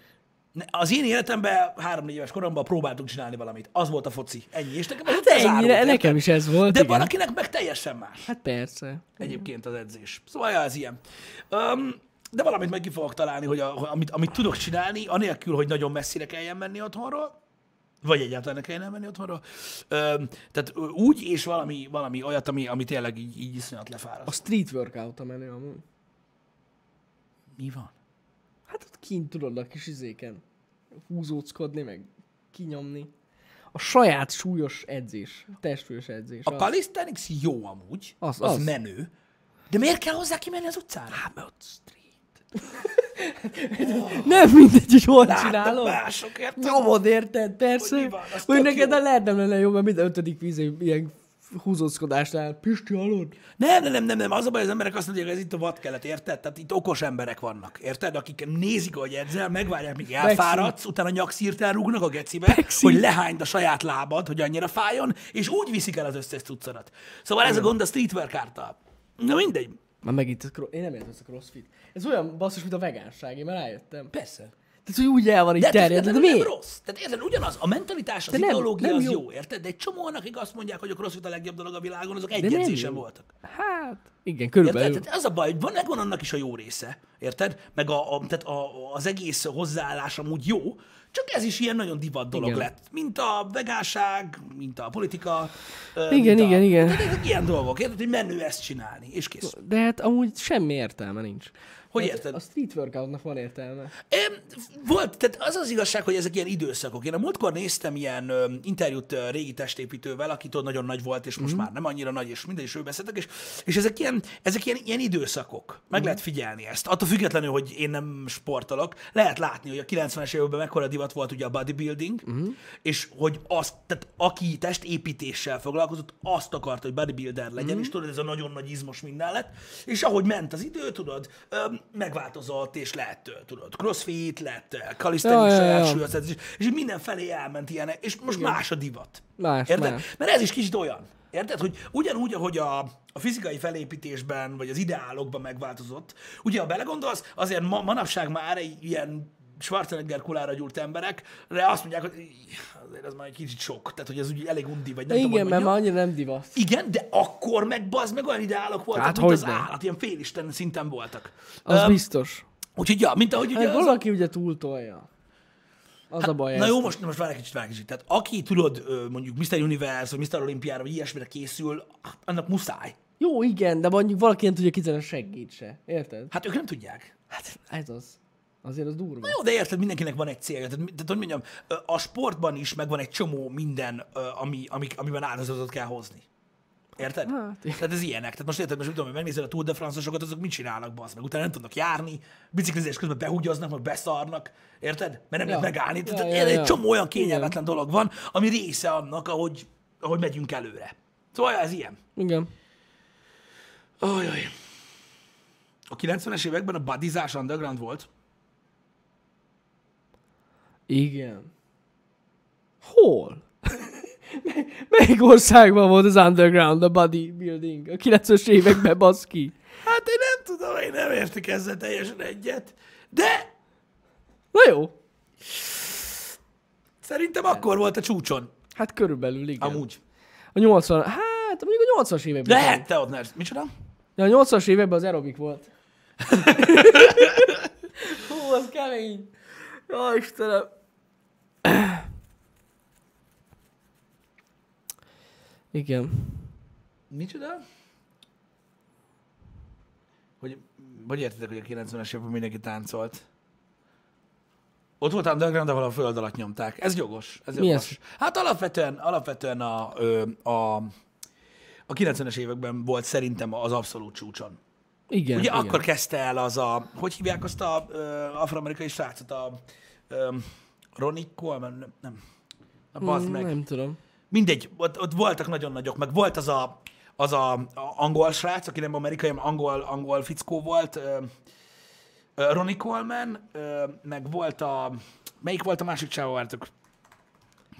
Speaker 1: Ne- Az én életemben három-négy éves koromban próbáltunk csinálni valamit. Az volt a foci. Ennyi. És nekem az
Speaker 2: Hát
Speaker 1: ott az
Speaker 2: ennyire,
Speaker 1: árult,
Speaker 2: nekem is ez volt,
Speaker 1: De
Speaker 2: igen.
Speaker 1: valakinek meg teljesen más
Speaker 2: Hát persze.
Speaker 1: egyébként az edzés. Szóval ja, ez ilyen. Um, de valamit meg ki fogok találni, hogy a, hogy amit, amit tudok csinálni, anélkül, hogy nagyon messzire kelljen menni otthonról, vagy egyáltalán ne kelljen elmenni otthonról. Um, tehát ö, úgy, és valami, valami olyat, ami, ami tényleg így, így iszonyat lefáraszt.
Speaker 2: A street workout a menő amúgy.
Speaker 1: Mi van?
Speaker 2: Hát ott kint tudod a kis izéken húzóckodni, meg kinyomni. A saját súlyos edzés, testsúlyos edzés.
Speaker 1: A calisthenics jó amúgy,
Speaker 2: Az-
Speaker 1: az, az,
Speaker 2: az.
Speaker 1: az menő, de miért kell hozzá kimenni az utcára? Hát, mert ott street.
Speaker 2: Nem mindegy, hogy hol
Speaker 1: Láttam
Speaker 2: csinálod.
Speaker 1: mások, érted?
Speaker 2: Nyomod, érted?
Speaker 1: Hogy
Speaker 2: Persze.
Speaker 1: mi van, az
Speaker 2: Hogy
Speaker 1: tök
Speaker 2: neked
Speaker 1: jó.
Speaker 2: a lehet nem lenne jó, mert minden ötödik víz ilyen húzózkodásnál. Pisti, hallod?
Speaker 1: Nem, nem, nem, nem, nem. Az a baj, az emberek azt mondják, hogy ez itt a vadkelet, érted? Tehát itt okos emberek vannak, érted? Akik nézik, hogy edzel, megvárják, míg elfáradsz, utána nyakszírt elrúgnak a gecibe,
Speaker 2: Megszírt.
Speaker 1: hogy lehányd a saját lábad, hogy annyira fájjon, és úgy viszik el az összes cuccanat. Szóval ez a gond a streetwear kártal. Na mindegy.
Speaker 2: Már megint, ez kro- én nem értem ezt a crossfit. Ez olyan basszus, mint a vegánság, én már rájöttem.
Speaker 1: Persze.
Speaker 2: Tehát, hogy úgy el van itt
Speaker 1: De ez nem,
Speaker 2: terjed, de
Speaker 1: nem, nem
Speaker 2: miért?
Speaker 1: rossz. Tehát érted, ugyanaz, a mentalitás, az
Speaker 2: nem-
Speaker 1: ideológia
Speaker 2: nem
Speaker 1: az
Speaker 2: jó.
Speaker 1: jó. érted? De egy csomóan, akik azt mondják, hogy a crossfit a legjobb dolog a világon, azok egy
Speaker 2: nem
Speaker 1: edzésen
Speaker 2: jó.
Speaker 1: voltak.
Speaker 2: Hát, igen, körülbelül.
Speaker 1: Érted? Tehát az a baj, hogy van, megvan annak is a jó része, érted? Meg a, a, tehát a, az egész hozzáállás amúgy jó, csak ez is ilyen nagyon divat dolog
Speaker 2: Igen.
Speaker 1: igen. lett. Mint a vegáság, mint a politika. ö,
Speaker 2: Igen,
Speaker 1: mint
Speaker 2: igen,
Speaker 1: a,
Speaker 2: igen.
Speaker 1: Tehát ezek ilyen dolgok, érted? Hogy menő ezt csinálni, és kész.
Speaker 2: De hát amúgy semmi értelme nincs.
Speaker 1: Hogy
Speaker 2: Hát
Speaker 1: érted?
Speaker 2: A street workoutnak van értelme.
Speaker 1: Em, Volt, tehát az az igazság, hogy ezek ilyen időszakok. Én a múltkor néztem ilyen ö, interjút ö, régi testépítővel, aki tudod, nagyon nagy volt, és most már nem annyira nagy, és minden is ő beszéltek, és, és ezek, ilyen, ezek ilyen, ilyen időszakok. Meg lehet figyelni ezt. Attól függetlenül, hogy én nem sportolok, lehet látni, hogy a 90-es években mekkora divat volt ugye a bodybuilding,
Speaker 2: Mhm.
Speaker 1: és hogy azt, tehát aki testépítéssel foglalkozott, azt akart, hogy bodybuilder
Speaker 2: Mhm.
Speaker 1: legyen, és tudod, ez a nagyon nagy izmos minden lett, és ahogy ment az idő, tudod, öm, megváltozott, és lett, ö, tudod, crossfit, lett ö,
Speaker 2: Ja,
Speaker 1: calisthenics,
Speaker 2: ja, ja.
Speaker 1: saját súlyozás, és így mindenfelé elment ilyenek, és most más a divat.
Speaker 2: Más,
Speaker 1: érted?
Speaker 2: más.
Speaker 1: Mert ez is kicsit olyan. Érted, hogy ugyanúgy, ahogy a, a fizikai felépítésben, vagy az ideálokban megváltozott, ugye, ha belegondolsz, azért ma, manapság már egy ilyen Schwarzenegger kulára gyúrt emberekre azt mondják, hogy "Ih, azért az már egy kicsit sok, tehát hogy ez úgy elég undi, vagy nem tudom,
Speaker 2: Igen,
Speaker 1: hogy mondjam.
Speaker 2: mert már annyira nem divat.
Speaker 1: Igen, de akkor meg bazd meg olyan ideálok voltak,
Speaker 2: Hát
Speaker 1: hát, mint az
Speaker 2: hogyne.
Speaker 1: állat, ilyen félisten szinten voltak.
Speaker 2: Az
Speaker 1: Öm,
Speaker 2: biztos.
Speaker 1: Úgyhogy, ja, mint ahogy ugye
Speaker 2: Hát
Speaker 1: az, Hát,
Speaker 2: valaki ugye túltolja. Az a baj.
Speaker 1: Na
Speaker 2: ez.
Speaker 1: jó, most, most várj egy kicsit, várj egy kicsit. Tehát aki tudod, ö, mondjuk Mr. Universe, vagy Mr. Olimpiára, vagy ilyesmire készül, annak muszáj.
Speaker 2: Jó, igen, de mondjuk valaki nem tudja kizenni a seggét se. Érted?
Speaker 1: Hát ők nem tudják.
Speaker 2: Hát ez az. Azért az durva.
Speaker 1: Jó, de érted, mindenkinek van egy célja. Tehát, mi- tehát hogy mondjam, ö, a sportban is megvan egy csomó minden, ö, ami, ami, amiben áldozatot kell hozni. Érted?
Speaker 2: Hát, igen.
Speaker 1: Tehát ez ilyenek. Tehát most érted, most mit tudom, hogy megnézed a Tour de France-osokat, azok mit csinálnak, bazd meg? Utána nem tudnak járni, biciklizés közben behúgyoznak, meg beszarnak. Érted? Mert nem
Speaker 2: Ja.
Speaker 1: lehet megállni. Tehát
Speaker 2: Ja, ja,
Speaker 1: ja, egy
Speaker 2: ja.
Speaker 1: csomó olyan kényelmetlen dolog van, ami része annak, ahogy, ahogy megyünk előre. Szóval ja, ez ilyen.
Speaker 2: Igen.
Speaker 1: Ajaj. A 90-es években a badizás underground volt.
Speaker 2: Igen. Hol? Melyik országban volt az underground, a bodybuilding? A 90-es években, baszki.
Speaker 1: Hát én nem tudom, én nem értek ezzel teljesen egyet, de
Speaker 2: Na jó.
Speaker 1: szerintem akkor volt a csúcson.
Speaker 2: Hát körülbelül, igen.
Speaker 1: Amúgy.
Speaker 2: A 80, hát mondjuk a 80-as években.
Speaker 1: Lehet, te ott Micsoda?
Speaker 2: De a 80-as években az aerobik volt. Hú, az kemény. Jaj, Istenem. Igen.
Speaker 1: Micsoda? Hogy, hogy értitek, hogy a 90-es években mindenki táncolt? Ott volt underground, ahol a föld alatt nyomták. Ez jogos. Ez
Speaker 2: Mi
Speaker 1: jogos.
Speaker 2: ez?
Speaker 1: Hát alapvetően, alapvetően a, ö, a, a 90-es években volt szerintem az abszolút csúcson.
Speaker 2: Igen.
Speaker 1: Ugye
Speaker 2: igen.
Speaker 1: akkor kezdte el az a, hogy hívják azt a ö, afroamerikai srácot, a ö, Ronnie Coleman, nem, nem, na bazd meg.
Speaker 2: Nem tudom.
Speaker 1: Mindegy, ott, ott voltak nagyon nagyok, meg volt az a, az a, a angol srác, aki nem amerikai, hanem angol, angol fickó volt, ö, ö, Ronnie Coleman, ö, meg volt a, melyik volt a másik csávó, vártok?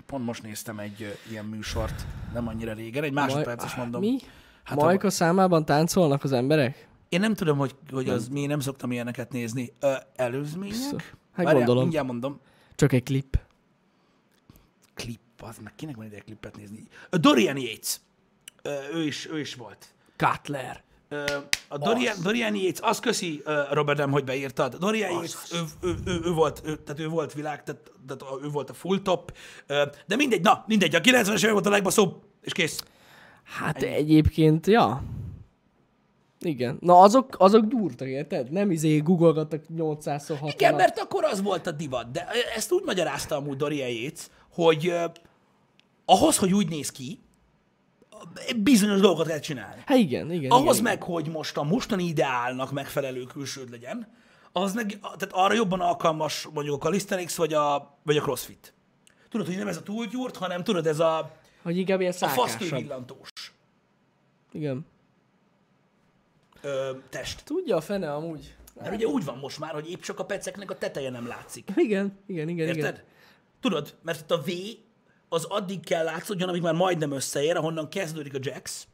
Speaker 1: Pont most néztem egy ö, ilyen műsort, nem annyira régen, egy másodperces mondom.
Speaker 2: Mi?
Speaker 1: Hát
Speaker 2: Hát
Speaker 1: a-
Speaker 2: Majka számában táncolnak az emberek?
Speaker 1: Én nem tudom, hogy, hogy az mi, nem szoktam ilyeneket nézni. Ö, előzmények?
Speaker 2: Pszó. Hát
Speaker 1: Várjál,
Speaker 2: gondolom.
Speaker 1: Mindjárt mondom.
Speaker 2: Csak egy klip.
Speaker 1: Klip, az meg kinek van ideje klipet nézni? Ö, Dorian Yates. Ö, ő, is, ő is volt.
Speaker 2: Cutler.
Speaker 1: Ö, a Dorian, Dorian Yates, azt köszi, ö, Robertem, hogy beírtad. Dorian Yates, ő, ő, ő, ő, volt, ő, tehát ő volt világ, tehát, tehát a- ő volt a full top. Ö, de mindegy, na, mindegy, a 90-es évek volt a legbaszóbb, és kész.
Speaker 2: Hát egyébként, ja. Igen. Na azok, azok gyúrtak, érted? Nem izé googolgattak 860
Speaker 1: Igen, mert akkor az volt a divat, de ezt úgy magyarázta amúgy Dorian Yates, hogy ö, ahhoz, hogy úgy néz ki, bizonyos dolgokat kell csinálni.
Speaker 2: Hát igen, igen.
Speaker 1: Ahhoz
Speaker 2: igen,
Speaker 1: meg, hogy most a mostani ideálnak megfelelő külsőd legyen, az meg, tehát arra jobban alkalmas mondjuk a calisthenics vagy a, vagy a crossfit. Tudod, hogy nem ez a túlgyúrt, hanem tudod, ez a,
Speaker 2: igen. Hogy inkább ilyen
Speaker 1: a faszkő
Speaker 2: szákásabb. Igen.
Speaker 1: ö, test.
Speaker 2: Tudja a fene amúgy.
Speaker 1: Mert ugye úgy van most már, hogy épp csak a peceknek a teteje nem látszik.
Speaker 2: Igen, igen, igen, igen.
Speaker 1: Érted? Tudod, mert itt a V az addig kell látszódjon, amíg már majdnem összeér, ahonnan kezdődik a Jax,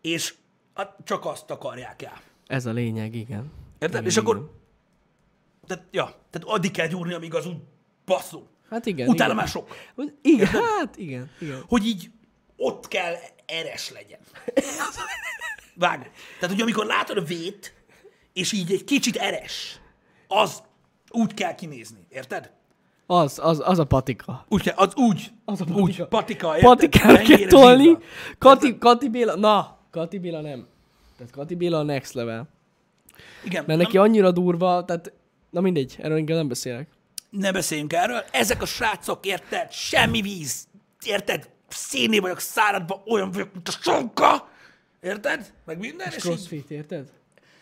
Speaker 1: és hát csak azt akarják el.
Speaker 2: Ez a lényeg, igen.
Speaker 1: Érted?
Speaker 2: Igen,
Speaker 1: és
Speaker 2: igen.
Speaker 1: akkor, tehát, ja, tehát addig kell gyúrni, amíg az úgy basszú.
Speaker 2: Hát igen.
Speaker 1: Utána
Speaker 2: igen.
Speaker 1: már sok.
Speaker 2: Hogy- Igen, hát igen, igen.
Speaker 1: Hogy így ott kell eres legyen. Vágod. Tehát, hogy amikor látod a vét, és így egy kicsit eres, az úgy kell kinézni. Érted?
Speaker 2: Az, az, az a patika.
Speaker 1: Úgy kell, az úgy.
Speaker 2: Az a
Speaker 1: úgy,
Speaker 2: patika.
Speaker 1: patika. érted?
Speaker 2: Patikára kell
Speaker 1: Mennyire
Speaker 2: tolni.
Speaker 1: zsidva.
Speaker 2: Kati, Kati Béla, na, Kati Béla nem. Tehát Kati Béla a next level.
Speaker 1: Igen,
Speaker 2: Mert neki annyira durva, tehát, na mindegy, erről inkább nem beszélek.
Speaker 1: ne beszéljünk erről. Ezek a srácok, érted? Semmi víz. Érted? Széné vagyok, száradva, olyan vagyok, mint a sonka. Érted? Meg minden, és, így,
Speaker 2: Crossfit, érted?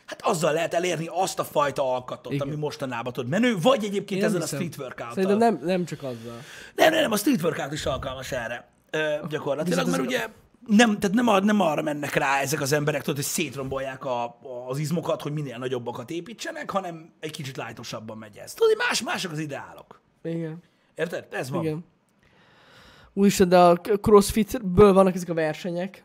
Speaker 1: hát azzal lehet elérni azt a fajta alkatot,
Speaker 2: Igen.
Speaker 1: ami mostanában tud menő, vagy egyébként
Speaker 2: Én nem
Speaker 1: ezen
Speaker 2: hiszem.
Speaker 1: a street workout
Speaker 2: Szerintem nem, nem csak azzal.
Speaker 1: nem, nem, nem, a street workout is alkalmas erre ö, gyakorlatilag,
Speaker 2: Viszont
Speaker 1: mert
Speaker 2: ez-
Speaker 1: ugye nem, tehát nem, ar- nem arra mennek rá ezek az emberek, tudod, hogy szétrombolják a, a- az izmokat, hogy minél nagyobbakat építsenek, hanem egy kicsit lájtosabban megy ez. Tudod, más, mások az ideálok.
Speaker 2: Igen,
Speaker 1: Érted? Ez van.
Speaker 2: igen. Úristen, de a crossfitből vannak ezek a versenyek.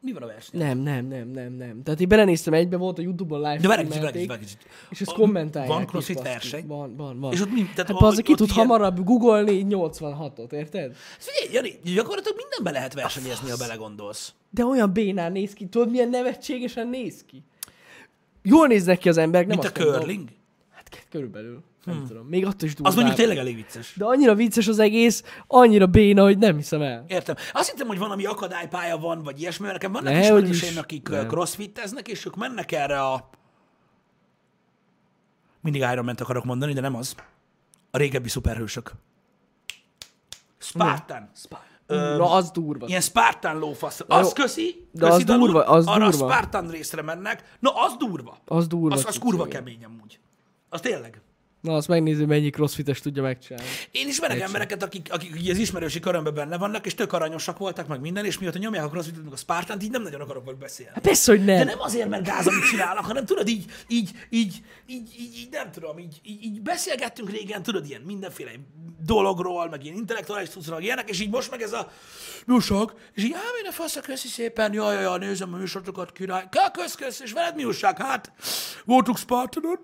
Speaker 1: Mi van a verseny?
Speaker 2: Nem, nem, nem, nem, nem. Tehát én belenéztem egybe, volt a Youtube-on live
Speaker 1: De várj egy kicsit, várj egy
Speaker 2: streamelték,
Speaker 1: kicsit, várj egy kicsit.
Speaker 2: És ezt
Speaker 1: A-
Speaker 2: kommentálják.
Speaker 1: Van
Speaker 2: is,
Speaker 1: crossfit
Speaker 2: baszki.
Speaker 1: verseny?
Speaker 2: Van, van, van.
Speaker 1: És ott mind- tehát
Speaker 2: hát
Speaker 1: a-
Speaker 2: az, ki
Speaker 1: ott
Speaker 2: tud
Speaker 1: ilyen-
Speaker 2: hamarabb googolni 86-ot, érted?
Speaker 1: Figyelj, Jani, gyakorlatilag mindenbe lehet versenyezni, ha belegondolsz.
Speaker 2: De olyan bénán néz ki, tudod milyen nevetségesen néz ki? Jól néznek ki az emberek, nem
Speaker 1: Mint a
Speaker 2: azt mondom.
Speaker 1: curling. Hmm.
Speaker 2: Hát k- körülbelül, nem tudom. Még attól is durvább.
Speaker 1: Az mondjuk tényleg elég vicces.
Speaker 2: De annyira vicces az egész, annyira béna, hogy nem hiszem el.
Speaker 1: Értem. Azt hittem, hogy valami akadálypálya van, vagy ilyesmi, mert nekem vannak
Speaker 2: Ne,
Speaker 1: is
Speaker 2: hogy
Speaker 1: ismerőseim,
Speaker 2: is.
Speaker 1: akik
Speaker 2: Nem.
Speaker 1: crossfiteznek, és ők mennek erre a... Mindig Iron Man-t akarok mondani, de nem az. A régebbi szuperhősök. Spartan. Ö,
Speaker 2: Na, az durva.
Speaker 1: Ilyen Spartan lófasz. Az köszi,
Speaker 2: De
Speaker 1: köszi
Speaker 2: az durva,
Speaker 1: Danut,
Speaker 2: az
Speaker 1: arra
Speaker 2: durva.
Speaker 1: a Spartan részre mennek. Na, az durva.
Speaker 2: Az durva.
Speaker 1: Az, az
Speaker 2: cucc,
Speaker 1: kurva
Speaker 2: igen.
Speaker 1: kemény amúgy. Az tényleg.
Speaker 2: Na, azt megnézzük, mennyi crossfites tudja megcsinálni.
Speaker 1: Én ismerek embereket, akik, akik így az ismerősi körömben benne vannak, és tök aranyosak voltak, meg minden, és mióta nyomják a crossfit meg a Spartant, így nem nagyon akarok velük beszélni.
Speaker 2: Hát persze, hogy nem.
Speaker 1: De nem azért, mert gáz, amit csinálnak, hanem tudod, így, így, így, így, így, így nem tudom, így, így, így beszélgettünk régen, tudod, ilyen mindenféle dologról, meg ilyen intellektuális tudszorok ilyenek, és így most meg ez a nusak, és így, ám én a fasz, köszi szépen, jaj, jaj, jaj, nézem a műsorokat, király, Ká, kösz, kösz, és veled mi újság? Hát, voltunk Spartanon?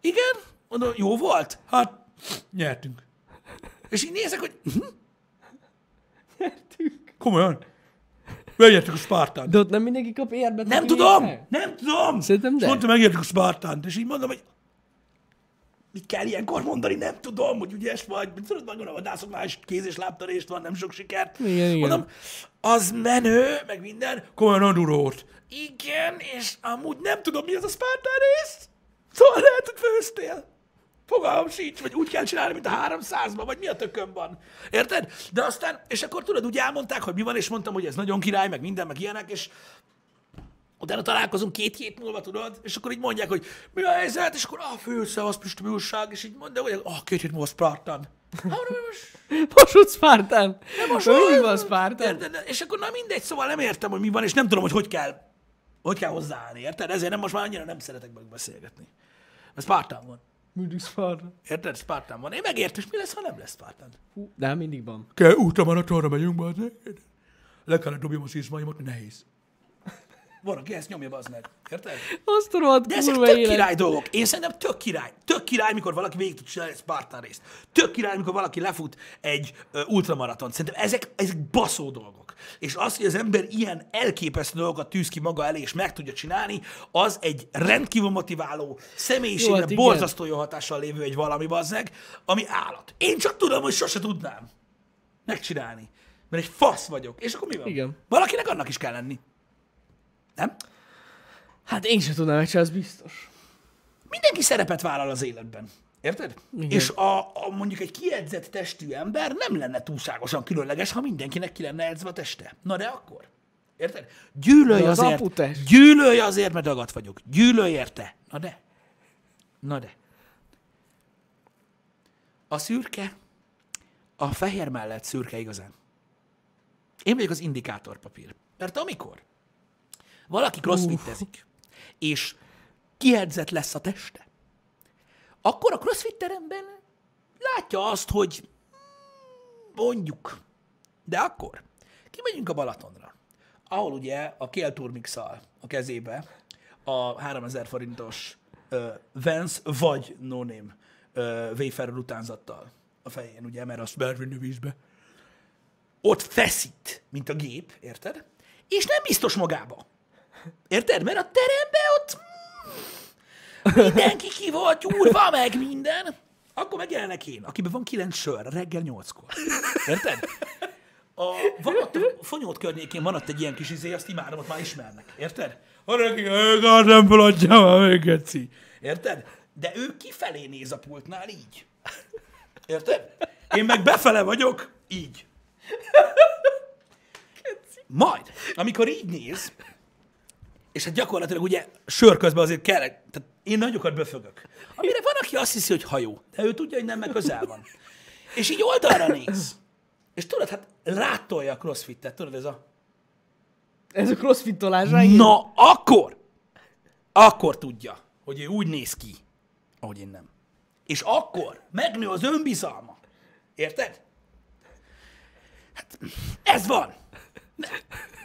Speaker 1: Igen? Mondom, jó volt? Hát, nyertünk. És így nézek, hogy hm?
Speaker 2: Nyertünk.
Speaker 1: komolyan, megnyertük a Spartán.
Speaker 2: De ott nem mindenki kap érmet.
Speaker 1: Nem
Speaker 2: aki
Speaker 1: tudom!
Speaker 2: végre?
Speaker 1: Nem tudom!
Speaker 2: Szerintem
Speaker 1: És
Speaker 2: de.
Speaker 1: mondta, megértük a Spartánt, és így mondom, hogy mit kell ilyenkor mondani, nem tudom, hogy ügyes vagy, mit tudod, meg a vadászoknál is kéz és lábtörést van, nem sok sikert.
Speaker 2: Igen, igen.
Speaker 1: mondom, az menő, meg minden, komolyan a durót. Igen, és amúgy nem tudom, mi az a Spartán rész. Szóval lehet, hogy főztél. Fogalmam sincs, vagy úgy kell csinálni, mint a 300-ban, vagy mi a tökön van. Érted? De aztán, és akkor tudod, úgy elmondták, hogy mi van, és mondtam, hogy ez nagyon király, meg minden, meg ilyenek, és utána találkozunk két hét múlva, tudod, és akkor így mondják, hogy mi a helyzet, és akkor a főszel, az Pisti mi újság, és így mondom, hogy ah, két hét múlva Spartan. Hát mondom, hogy most
Speaker 2: Mosod Spártán! Nem
Speaker 1: most
Speaker 2: Mindig
Speaker 1: már-
Speaker 2: van Spártán!
Speaker 1: Érted? És akkor na mindegy, szóval nem értem, hogy mi van, és nem tudom, hogy hogy kell, hogy kell hozzáállni, érted? Ezért nem, most már annyira nem szeretek meg beszélgetni. Mert Spartan van.
Speaker 2: Mindig Spártán.
Speaker 1: Érted? Spartan van. Én megértem, és mi lesz, ha nem lesz Spartan?
Speaker 2: Hú, De hát mindig van.
Speaker 1: Kell ultramaratonra megyünk, bazd Le kellett dobjam az izmaimat, nehéz. Van, aki ezt nyomja, bazd meg. Érted?
Speaker 2: Azt a rohadt
Speaker 1: De ezek
Speaker 2: kurva
Speaker 1: tök
Speaker 2: élet.
Speaker 1: király dolgok. Én szerintem tök király. Tök király, mikor valaki végig tud csinálni egy Spartan részt. Tök király, mikor valaki lefut egy ö, ultramaraton. Szerintem ezek, ezek baszó dolgok. És az, hogy az ember ilyen elképesztő dolgokat tűz ki maga elé, és meg tudja csinálni, az egy rendkívül motiváló, személyiségre
Speaker 2: Jó, hát igen.
Speaker 1: borzasztó jó hatással lévő egy valami bazzeg, ami állat. Én csak tudom, hogy sose tudnám megcsinálni. Mert egy fasz vagyok. És akkor mi van?
Speaker 2: Igen.
Speaker 1: Valakinek annak is kell lenni. Nem?
Speaker 2: Hát én sem tudnám megcsinálni, az biztos.
Speaker 1: mindenki szerepet vállal az életben. Érted?
Speaker 2: Igen.
Speaker 1: És a, a mondjuk egy kiedzett testű ember nem lenne túlságosan különleges, ha mindenkinek ki lenne edzve a teste. Na de akkor. Érted? Gyűlölj
Speaker 2: De az
Speaker 1: azért,
Speaker 2: aputest.
Speaker 1: gyűlölj azért, mert dagat vagyok. Gyűlölj érte. Na de. Na de. A szürke, a fehér mellett szürke igazán. Én vagyok az indikátorpapír. Mert amikor valaki crossfittezik, és kiedzett lesz a teste, akkor a crossfit teremben látja azt, hogy mm, mondjuk, de akkor kimegyünk a Balatonra, ahol ugye a Kelturmixal a kezébe a 3000 forintos uh, Vance vagy No Name uh, Wayfarer utánzattal a fején, ugye, mert azt belvinni vízbe ott feszít, mint a gép, érted? És nem biztos magába. Érted? Mert a teremben ott mm, mindenki ki volt gyúrva, meg minden. Akkor megjelenek én, akiben van kilenc sör, reggel nyolckor. Érted? A, van ott, a fonyót környékén van ott egy ilyen kis izé, azt imádom, ott már ismernek. Érted? A reggel, "Ő Gardenből adja már még geci. Érted? De ő kifelé néz a pultnál így. Érted? Én meg befele vagyok, így. Majd, amikor így néz, és hát gyakorlatilag ugye sör közben azért kell, egy- tehát én nagyokat böfögök. Amire van, aki azt hiszi, hogy hajó, de ő tudja, hogy nem, meg közel van. És így oldalra néz. És tudod, hát rátolja a crossfit-et, tudod, ez a...
Speaker 2: Ez a crossfit tolásra
Speaker 1: Na, akkor, akkor tudja, hogy ő úgy néz ki, ahogy én nem. És akkor megnő az önbizalma. Érted? Hát, ez van. Ne-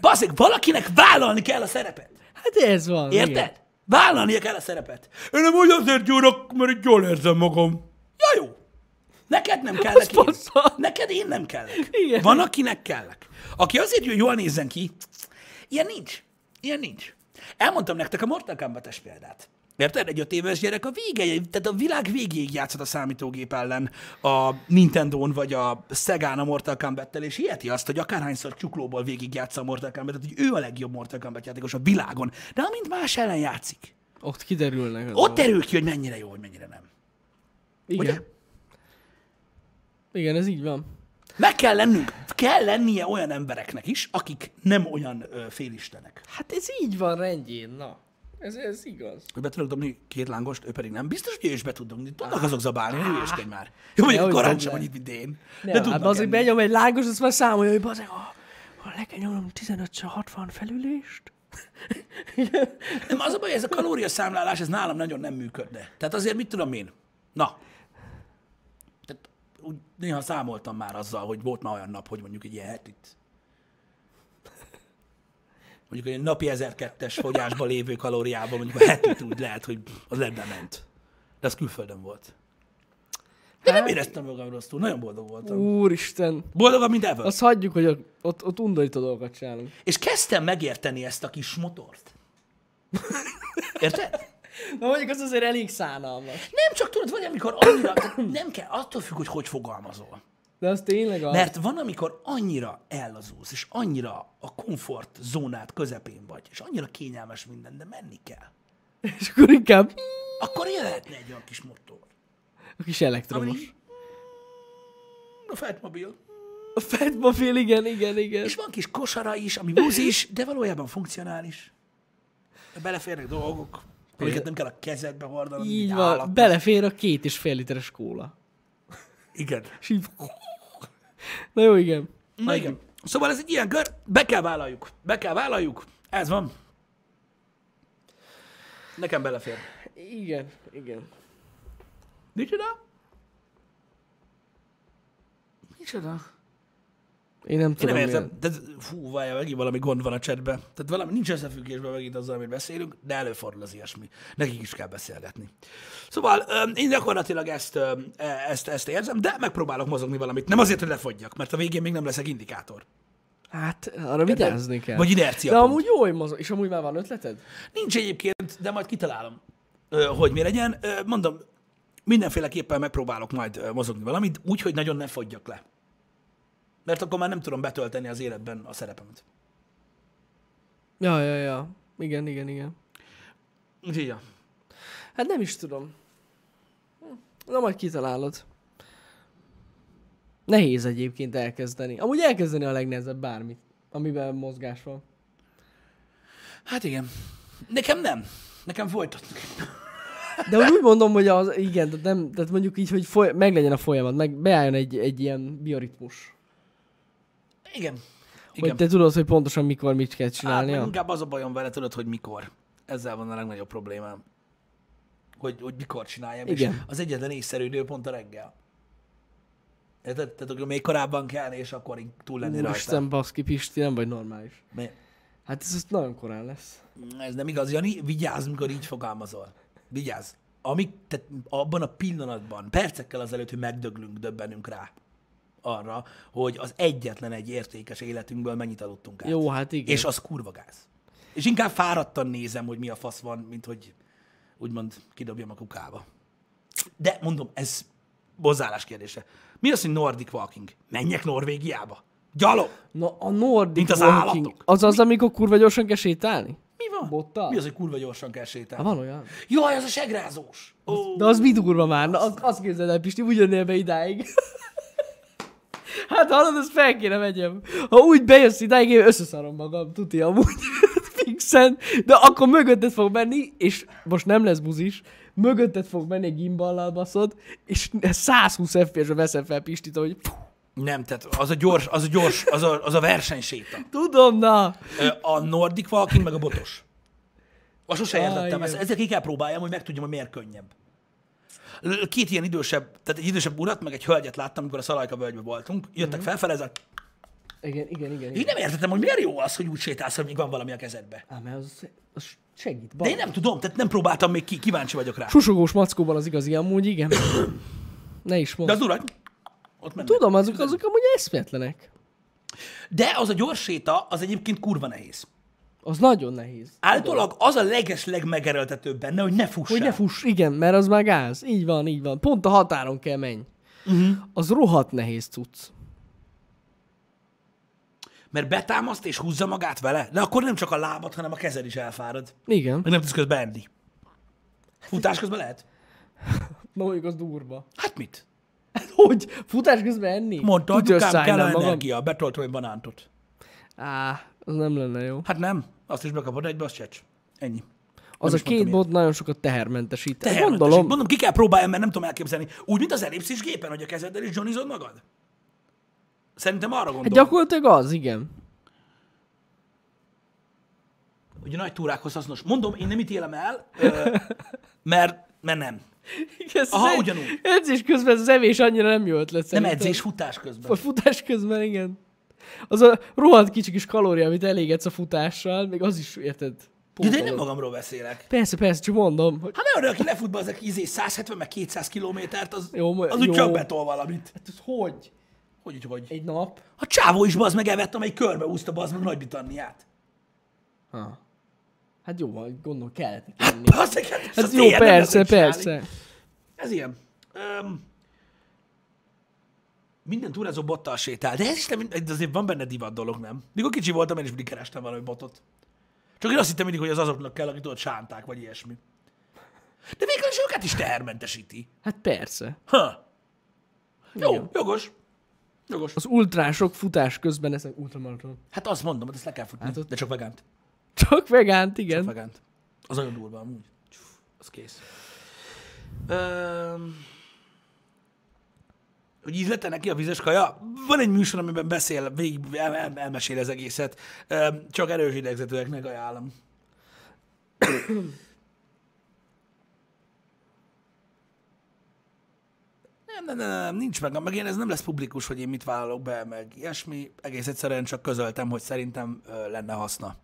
Speaker 1: Baszik, valakinek vállalni kell a szerepet.
Speaker 2: Hát ez van. igen.
Speaker 1: Érted? Vállalnia kell a szerepet. Én nem úgy azért gyúrok, mert így jól érzem magam. Ja, jó. Neked nem kellek én.
Speaker 2: passzol.
Speaker 1: Neked én nem kellek.
Speaker 2: Igen.
Speaker 1: Van, akinek kellek. Aki azért, hogy jól nézzen ki, ilyen nincs. Ilyen nincs. Elmondtam nektek a Mortal Kombat-es példát. Érted? Egy öt éves gyerek a vége, tehát a világ végéig játszott a számítógép ellen a Nintendo-n vagy a Sega-n a Mortal Kombat-tel, és hiheti azt, hogy akárhányszor csuklóból végig játsza a Mortal Kombat-et, hogy ő a legjobb Mortal Kombat játékos a világon, de amint más ellen játszik.
Speaker 2: Ott kiderülnek. az
Speaker 1: Ott
Speaker 2: dolgok.
Speaker 1: derül ki, hogy mennyire jó, hogy mennyire nem.
Speaker 2: Igen.
Speaker 1: Ugye?
Speaker 2: Igen, ez így van.
Speaker 1: Meg kell lennünk, kell lennie olyan embereknek is, akik nem olyan ö, félistenek.
Speaker 2: Hát ez így van rendjén, na. Ez, ez igaz.
Speaker 1: hogy be tudok dobni két lángost, ő pedig nem. Biztos, hogy ő is be tud dobni. Tudnak azok zabálni, hogy hülyeskedj már. Jó,
Speaker 2: Ne,
Speaker 1: mondjuk
Speaker 2: hogy
Speaker 1: korán
Speaker 2: dobd
Speaker 1: sem
Speaker 2: le.
Speaker 1: vagy itt, mint én. De
Speaker 2: Nem, hát
Speaker 1: tudnak
Speaker 2: azért
Speaker 1: enni.
Speaker 2: benyom egy lángos, azt már számolja, hogy bazeg, ha, ha le kell nyomnom 15-60 felülést.
Speaker 1: Nem, az a baj, ez a kalóriaszámlálás, ez nálam nagyon nem működne. Tehát azért mit tudom én? Na. Tehát úgy néha számoltam már azzal, hogy volt már olyan nap, hogy mondjuk egy ilyen hetit. Mondjuk egy napi 1002-es fogyásban lévő kalóriában mondjuk a hetit úgy lehet, hogy az lenne ment. De az külföldön volt. De nem éreztem magam rosszul, nagyon boldog voltam.
Speaker 2: Úristen.
Speaker 1: Boldogabb, mint ever.
Speaker 2: Azt hagyjuk, hogy ott, ott, ott undorító dolgokat csinálunk.
Speaker 1: És kezdtem megérteni ezt a kis motort. Érted?
Speaker 2: Na mondjuk az azért elég szánalmas.
Speaker 1: Nem csak tudod, vagy amikor annyira, tehát nem kell, attól függ, hogy hogy fogalmazol.
Speaker 2: De az tényleg az.
Speaker 1: Mert van, amikor annyira ellazulsz, és annyira a komfortzónád közepén vagy, és annyira kényelmes minden, de menni kell.
Speaker 2: És akkor inkább...
Speaker 1: Akkor jöhetne egy olyan kis motor.
Speaker 2: a kis elektromos.
Speaker 1: Ami- A Fatmobil.
Speaker 2: A Fatmobile, igen, igen, igen.
Speaker 1: És van kis kosara is, ami buzis, de valójában funkcionális. Beleférnek dolgok, amiket nem kell a kezedbe hordanod. mint
Speaker 2: Így
Speaker 1: egy
Speaker 2: van,
Speaker 1: állat.
Speaker 2: belefér a két és fél literes kóla.
Speaker 1: Igen.
Speaker 2: És így... Na jó, igen.
Speaker 1: Na igen. Szóval ez egy ilyen kör, be kell vállaljuk. Be kell vállaljuk, ez van. Nekem belefér.
Speaker 2: Igen, igen.
Speaker 1: Micsoda? Micsoda?
Speaker 2: Én nem
Speaker 1: Én
Speaker 2: tudom.
Speaker 1: nem
Speaker 2: milyen-
Speaker 1: értem. De, fú, várjál, megint valami gond van a chatben. Tehát valami nincs összefüggésben megint azzal, amit beszélünk, de előfordul az ilyesmi. Nekik is kell beszélgetni. Szóval öm, én gyakorlatilag ezt, öm, e- ezt, ezt érzem, de megpróbálok mozogni valamit. Nem azért, hogy lefogyjak, mert a végén még nem leszek indikátor.
Speaker 2: Hát, arra vigyázni kell.
Speaker 1: Vagy inercia.
Speaker 2: De
Speaker 1: pont.
Speaker 2: amúgy jól mozog. És amúgy már van ötleted?
Speaker 1: Nincs egyébként, de majd kitalálom, ö, hogy mi legyen. Ö, Mondom, mindenféleképpen megpróbálok majd ö, mozogni valamit, úgy, hogy nagyon ne fogyjak le. Mert akkor már nem tudom betölteni az életben a szerepemet.
Speaker 2: Ja, ja, ja. Igen, igen, igen.
Speaker 1: Úgyhogy, ja.
Speaker 2: Hát nem is tudom. Na majd kitalálod. Nehéz egyébként elkezdeni. Amúgy elkezdeni a legnehezebb bármit, amiben mozgás van.
Speaker 1: Hát igen. Nekem nem. Nekem folytatnak.
Speaker 2: De úgy mondom, hogy az, igen, tehát, nem, tehát mondjuk így, hogy foly, meglegyen a folyamat, meg beálljon egy, egy ilyen bioritmus.
Speaker 1: Igen.
Speaker 2: Igen.
Speaker 1: igen.
Speaker 2: Hogy te tudod, hogy pontosan mikor mit kell
Speaker 1: Hát,
Speaker 2: csinálnia.
Speaker 1: meg
Speaker 2: Hát,
Speaker 1: inkább az a bajom vele, tudod, hogy mikor. Ezzel van a legnagyobb problémám. Hogy, hogy mikor csináljam. És
Speaker 2: Igen.
Speaker 1: az egyetlen észszerű időpont a reggel. Érted? Tehát, akkor még korábban kell, és akkor így túl lenni rajta.
Speaker 2: Úristen, baszki, Pisti, nem vagy normális.
Speaker 1: Mi-
Speaker 2: Hát ez ott nagyon korán lesz.
Speaker 1: Ez nem igaz, Jani. Vigyázz, mikor így fogalmazol. Vigyázz. Amik, tehát abban a pillanatban, percekkel azelőtt, hogy megdöglünk, döbbenünk rá arra, hogy az egyetlen egy értékes életünkből mennyit aludtunk át.
Speaker 2: Jó, hát igen.
Speaker 1: És az kurva gáz. És inkább fáradtan nézem, hogy mi a fasz van, mint hogy úgymond kidobjam a kukába. De mondom, ez hozzáállás kérdése. Mi az, hogy Nordic Walking? Menjek Norvégiába? Gyalog?
Speaker 2: Na, a Nordic
Speaker 1: Mint az
Speaker 2: walking,
Speaker 1: állatok.
Speaker 2: Az az, amikor kurva gyorsan kell sétálni?
Speaker 1: Mi van?
Speaker 2: Bottal?
Speaker 1: Mi az, hogy kurva gyorsan kell sétálni?
Speaker 2: Hát van olyan.
Speaker 1: Jaj, az a segrázós! Ó,
Speaker 2: De az mi durva már? Na, az, azt képzeld el, Pisti, úgy jönnél be idáig. Hát hallod, ezt fel kéne megyem. Ha úgy bejössz idáig, én összeszarom magam, tuti amúgy. Fixen. De akkor mögötted fog menni, és most nem lesz buzis, mögötted fog menni egy gimballal baszod, és 120 FPS-re veszem fel Pistit, hogy pff,
Speaker 1: Nem, tehát az a gyors, az a gyors, az a, az a versenyséta.
Speaker 2: tudom, na.
Speaker 1: Ö, A Nordic Walking meg a botos. Azt sose
Speaker 2: Á,
Speaker 1: értettem, ezt,
Speaker 2: igen.
Speaker 1: ezzel ki kell próbáljam, hogy megtudjam, hogy miért könnyebb. L- Két ilyen idősebb, tehát egy idősebb urat, meg egy hölgyet láttam, amikor a Szalajka völgybe voltunk, jöttek felfele, ez a...
Speaker 2: Igen, igen, igen.
Speaker 1: Én
Speaker 2: igen.
Speaker 1: nem értettem, hogy miért jó az, hogy úgy sétálsz, hogy még van valami a kezedbe.
Speaker 2: Á, mert az, az segít.
Speaker 1: De
Speaker 2: Bal.
Speaker 1: én nem tudom, tehát nem próbáltam még ki, kíváncsi vagyok rá.
Speaker 2: Susogós mackóban az igazi, amúgy igen. Ne is mondd.
Speaker 1: De az urak, ott mennek.
Speaker 2: Tudom, azok, azok amúgy eszmetlenek.
Speaker 1: De az a gyors séta, az egyébként kurva nehéz.
Speaker 2: Az nagyon nehéz.
Speaker 1: Általában az a legesleg megerőltetőbb benne, hogy ne fuss
Speaker 2: Hogy ne fuss, igen, mert az már gáz. Így van, így van. Pont a határon kell menj.
Speaker 1: Mhm.
Speaker 2: Uh-huh. Az rohadt nehéz cucc.
Speaker 1: Mert betámaszt és húzza magát vele, de akkor nem csak a lábad, hanem a kezed is elfárad.
Speaker 2: Igen.
Speaker 1: Meg nem tudsz közben enni. Futás közben lehet?
Speaker 2: Na, mondjuk az durva.
Speaker 1: Hát mit?
Speaker 2: Hát hogy? Futás közben enni?
Speaker 1: Mondta,
Speaker 2: Tudja,
Speaker 1: anyukám, kell
Speaker 2: összeállnám
Speaker 1: a
Speaker 2: magam.
Speaker 1: energia, betoltam egy banántot.
Speaker 2: Á, az nem lenne jó.
Speaker 1: Hát nem, azt is bekapod egybe, az csecs. Ennyi.
Speaker 2: Az
Speaker 1: is
Speaker 2: a két
Speaker 1: mondtam
Speaker 2: bot nagyon sokat tehermentesít.
Speaker 1: Tehermentesít.
Speaker 2: Gondolom.
Speaker 1: Mondom, ki kell próbáljam, mert nem tudom elképzelni. Úgy, mint az ellipszis gépen, hogy a kezeddel is johnizod magad. Szerintem arra
Speaker 2: Hát
Speaker 1: gondolom,
Speaker 2: gyakorlatilag az, igen.
Speaker 1: hogy a nagy túrákhoz hasznos. Mondom, én nem ítélem el, ö, mert, mert nem.
Speaker 2: igen
Speaker 1: Aha,
Speaker 2: ez-
Speaker 1: ugyanúgy.
Speaker 2: Edzés közben az evés annyira nem jó ötlet
Speaker 1: Nem
Speaker 2: szerintem.
Speaker 1: edzés, futás közben.
Speaker 2: A futás közben, igen. Az a rohadt kicsi kis kalória, amit elégetsz a futással, még az is, érted?
Speaker 1: Ja, de én nem
Speaker 2: pótolod.
Speaker 1: magamról beszélek.
Speaker 2: Persze, persze, csak mondom, hogy
Speaker 1: Hát nem arra, aki lefut ezek izé 170 meg 200 kilométert, az,
Speaker 2: Jó, ma-
Speaker 1: az úgy
Speaker 2: jó.
Speaker 1: csak betol valamit.
Speaker 2: hát ez hogy?
Speaker 1: Hogy, úgy, hogy.
Speaker 2: Egy nap?
Speaker 1: A csávó is bazd meg elvett, amely körbe úszta bazd meg Nagy-Britanniát.
Speaker 2: Ha. Hát jó, majd gondolom kellett neki
Speaker 1: Hát
Speaker 2: lenni.
Speaker 1: bazd meg, hát ez
Speaker 2: Hát
Speaker 1: a
Speaker 2: jó,
Speaker 1: tiéd, nem
Speaker 2: persze,
Speaker 1: lehet csinálni.
Speaker 2: persze.
Speaker 1: Ez ilyen. Um, minden túrázó bottal sétál, de ez is nem, ez azért van benne divat dolog, nem? Mikor kicsi voltam, én is mindig kerestem valami botot. Csak én azt hittem mindig, hogy az azoknak kell, akik tudod, sánták, vagy ilyesmi. De végül is őket is tehermentesíti.
Speaker 2: Hát persze.
Speaker 1: Ha. Jó,
Speaker 2: Igen.
Speaker 1: jogos. Jogos.
Speaker 2: Az ultrások futás közben ezek ultramaraton.
Speaker 1: Hát azt mondom, hogy ezt le kell futni.
Speaker 2: Hát
Speaker 1: Hát
Speaker 2: ott-
Speaker 1: ott... De csak vegánt.
Speaker 2: Csak vegánt, igen.
Speaker 1: Csak vegánt. Az nagyon durva amúgy. Csuf, az kész. Öm... Hogy ízlete neki a vizes kaja? Van egy műsor, amiben beszél, végig el, el, elmesél az egészet. Öm, csak erős idegzetőeknek ajánlom. Nem, nem, nem, nem, nincs meg. Meg én ez nem lesz publikus, hogy én mit vállalok be, meg ilyesmi. Egész egyszerűen csak közöltem, hogy szerintem ö, lenne haszna.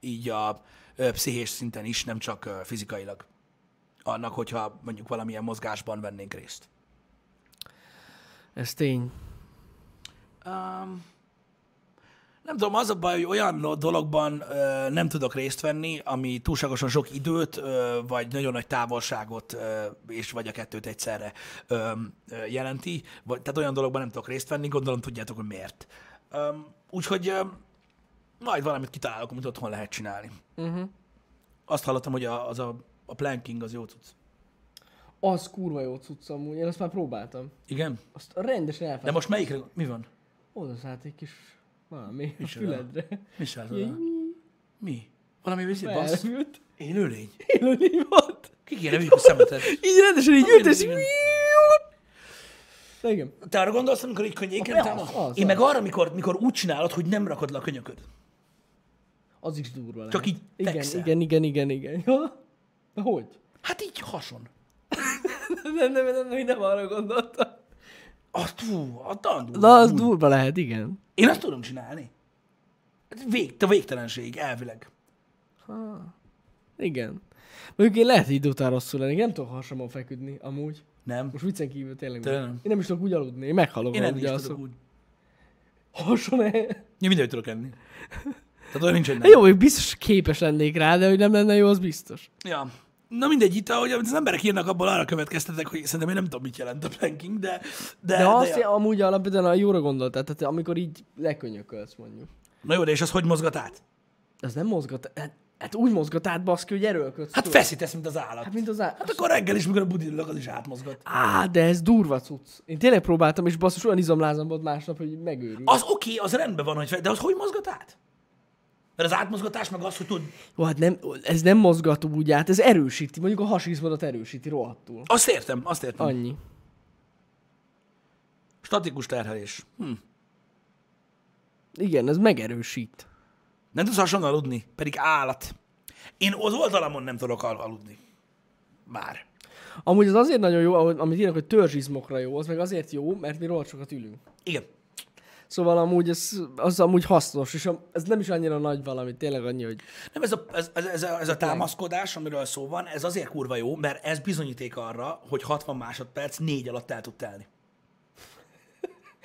Speaker 1: Így a ö, pszichés szinten is, nem csak ö, fizikailag. Annak, hogyha mondjuk valamilyen mozgásban vennénk részt.
Speaker 2: Ez tény.
Speaker 1: Um, nem tudom, az a baj, hogy olyan dologban ö, nem tudok részt venni, ami túlságosan sok időt, ö, vagy nagyon nagy távolságot, ö, és vagy a kettőt egyszerre ö, ö, jelenti. Vagy, tehát olyan dologban nem tudok részt venni, gondolom tudjátok, hogy miért. Ö, úgyhogy ö, majd valamit kitalálok, amit otthon lehet csinálni. Uh-huh.
Speaker 2: Mhm.
Speaker 1: Azt hallottam, hogy a, az a, a planking az jó cucc.
Speaker 2: Az kurva jó cucc amúgy, én azt már próbáltam.
Speaker 1: Igen?
Speaker 2: Azt rendesen
Speaker 1: De
Speaker 2: elfelejtettem.
Speaker 1: most melyikre? Mi van?
Speaker 2: Oda szállt egy kis valami a
Speaker 1: Micsoda?
Speaker 2: füledre.
Speaker 1: Mi száll oda? Mi? Valami viszi? Bassz?
Speaker 2: Felfült.
Speaker 1: Élőlény?
Speaker 2: Élőlény volt.
Speaker 1: Ki kéne vigyük a szemetet?
Speaker 2: Így rendesen így jött, és
Speaker 1: Igen.
Speaker 2: Na igen.
Speaker 1: Te arra gondolsz, amikor így könnyéken
Speaker 2: Az,
Speaker 1: támad?
Speaker 2: az,
Speaker 1: Én
Speaker 2: az.
Speaker 1: meg arra, mikor, mikor úgy csinálod, hogy nem rakod le a könyököd.
Speaker 2: Az is durva lehet.
Speaker 1: Csak így
Speaker 2: Igen,
Speaker 1: fekszel.
Speaker 2: igen, igen, igen, igen. Ja. De hogy?
Speaker 1: Hát így hason.
Speaker 2: nem, nem, nem, nem, nem arra gondoltam.
Speaker 1: Azt, fú, a tandú.
Speaker 2: Na, az durva lehet, igen.
Speaker 1: Én azt tudom csinálni. Hát Vég, a végtelenség, elvileg.
Speaker 2: Igen. Mondjuk én lehet, hogy idő után rosszul lennék, nem tudok hasamon feküdni, amúgy.
Speaker 1: Nem.
Speaker 2: Most viccen kívül tényleg.
Speaker 1: Tényleg
Speaker 2: nem.
Speaker 1: nem.
Speaker 2: Én nem is tudok úgy aludni, én meghalok.
Speaker 1: Én
Speaker 2: ha
Speaker 1: enni
Speaker 2: úgy
Speaker 1: is tudok
Speaker 2: alszom.
Speaker 1: úgy.
Speaker 2: Hason el.
Speaker 1: Én mindent tudok enni. Tehát olyan nincs, hogy nem.
Speaker 2: Hát Jó, hogy biztos képes lennék rá, de hogy nem lenne jó, az biztos.
Speaker 1: Ja. Na mindegy, itt ahogy amit az emberek írnak, abból arra következtetek, hogy szerintem én nem tudom, mit jelent a planking, de... De,
Speaker 2: De, de azt
Speaker 1: ja.
Speaker 2: ja. amúgy alapvetően a jóra gondoltál, tehát amikor így lekönyökölsz mondjuk.
Speaker 1: Na jó, de és az hogy mozgat át?
Speaker 2: Az nem mozgat, hát, hát úgy mozgat át, baszki, hogy erőlködsz.
Speaker 1: Hát
Speaker 2: tudod.
Speaker 1: feszítesz, mint az állat.
Speaker 2: Hát mint az á...
Speaker 1: Hát akkor reggel is, mikor a budillag, az is átmozgat.
Speaker 2: Á, de ez durva cucc. Én tényleg próbáltam, és basszus olyan izomlázam volt másnap, hogy megőrül.
Speaker 1: Az oké, okay, az rendben van, hogy fel, de az hogy mozgat át? Mert az átmozgatás meg az, hogy tud,
Speaker 2: Jó, hát nem, ez nem mozgat úgy át, ez erősíti, mondjuk a hasizmodat erősíti rohadtul.
Speaker 1: azt értem, azt értem. Aj.
Speaker 2: Annyi.
Speaker 1: Statikus terhelés. Hm.
Speaker 2: Igen, ez megerősít.
Speaker 1: Nem tudsz hason aludni, pedig állat. Én az oldalamon nem tudok al- aludni. Már.
Speaker 2: Amúgy az azért nagyon jó, ahogy- amit írnak, hogy törzsizmokra jó, az meg azért jó, mert mi rohadt sokat ülünk.
Speaker 1: Igen.
Speaker 2: Szóval amúgy ez, az amúgy hasznos, és a- ez nem is annyira nagy valami, tényleg annyi, hogy
Speaker 1: Nem, ez a, ez, ez, ez, a, ez a támaszkodás, amiről szó van, ez azért kurva jó, mert ez bizonyíték arra, hogy 60 másodperc négy alatt el tud telni.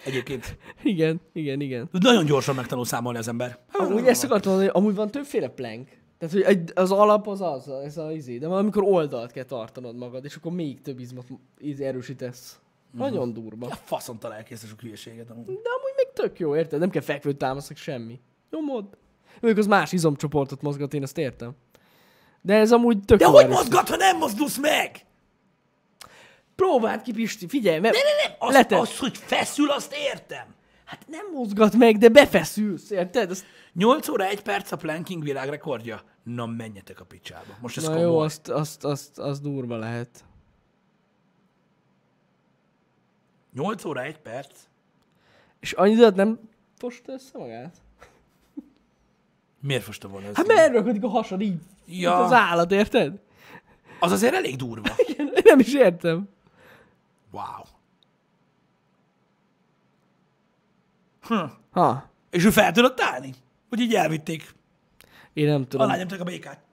Speaker 1: Egyébként.
Speaker 2: igen, igen, igen.
Speaker 1: Nagyon gyorsan megtanul számolni az ember.
Speaker 2: Amúgy ezt akartam mondani, hogy amúgy van többféle plank. Tehát, hogy egy- az alap az az, ez az izé, de valamikor oldalt kell tartanod magad, és akkor még több izmot izé erősítesz.
Speaker 1: Mhm.
Speaker 2: Nagyon durva.
Speaker 1: A faszomtal elkészítés a hülyeséget amúgy.
Speaker 2: De amúgy még tök jó, érted? Nem kell fekvő támasznak semmi. Nyomod. Ők az más izomcsoportot mozgat, én azt értem. De ez amúgy tök
Speaker 1: De
Speaker 2: jó
Speaker 1: hogy
Speaker 2: erősít.
Speaker 1: mozgat, ha nem mozdulsz meg?
Speaker 2: Próbáld ki, Pisti, figyelj, mert...
Speaker 1: Ne, ne, ne, az,
Speaker 2: Leted.
Speaker 1: az, hogy feszül, azt értem.
Speaker 2: Hát nem mozgat meg, de befeszülsz, érted? Azt...
Speaker 1: 8 óra 1 perc a planking világrekordja. Na menjetek a picsába. Most ez
Speaker 2: Na
Speaker 1: komoly.
Speaker 2: jó, azt, azt, azt, az durva lehet.
Speaker 1: 8 óra 1 perc.
Speaker 2: És annyi időt nem fosta össze magát?
Speaker 1: Miért fosta volna ez?
Speaker 2: Hát mert erőlködik a hasad így.
Speaker 1: Ja.
Speaker 2: Ja. az állat, érted?
Speaker 1: Az azért elég durva.
Speaker 2: Igen, én nem is értem.
Speaker 1: Wow.
Speaker 2: Ha,
Speaker 1: És ő fel tudott állni? Hogy így elvitték.
Speaker 2: én nem
Speaker 1: A
Speaker 2: tudom.
Speaker 1: lányom csak a békát.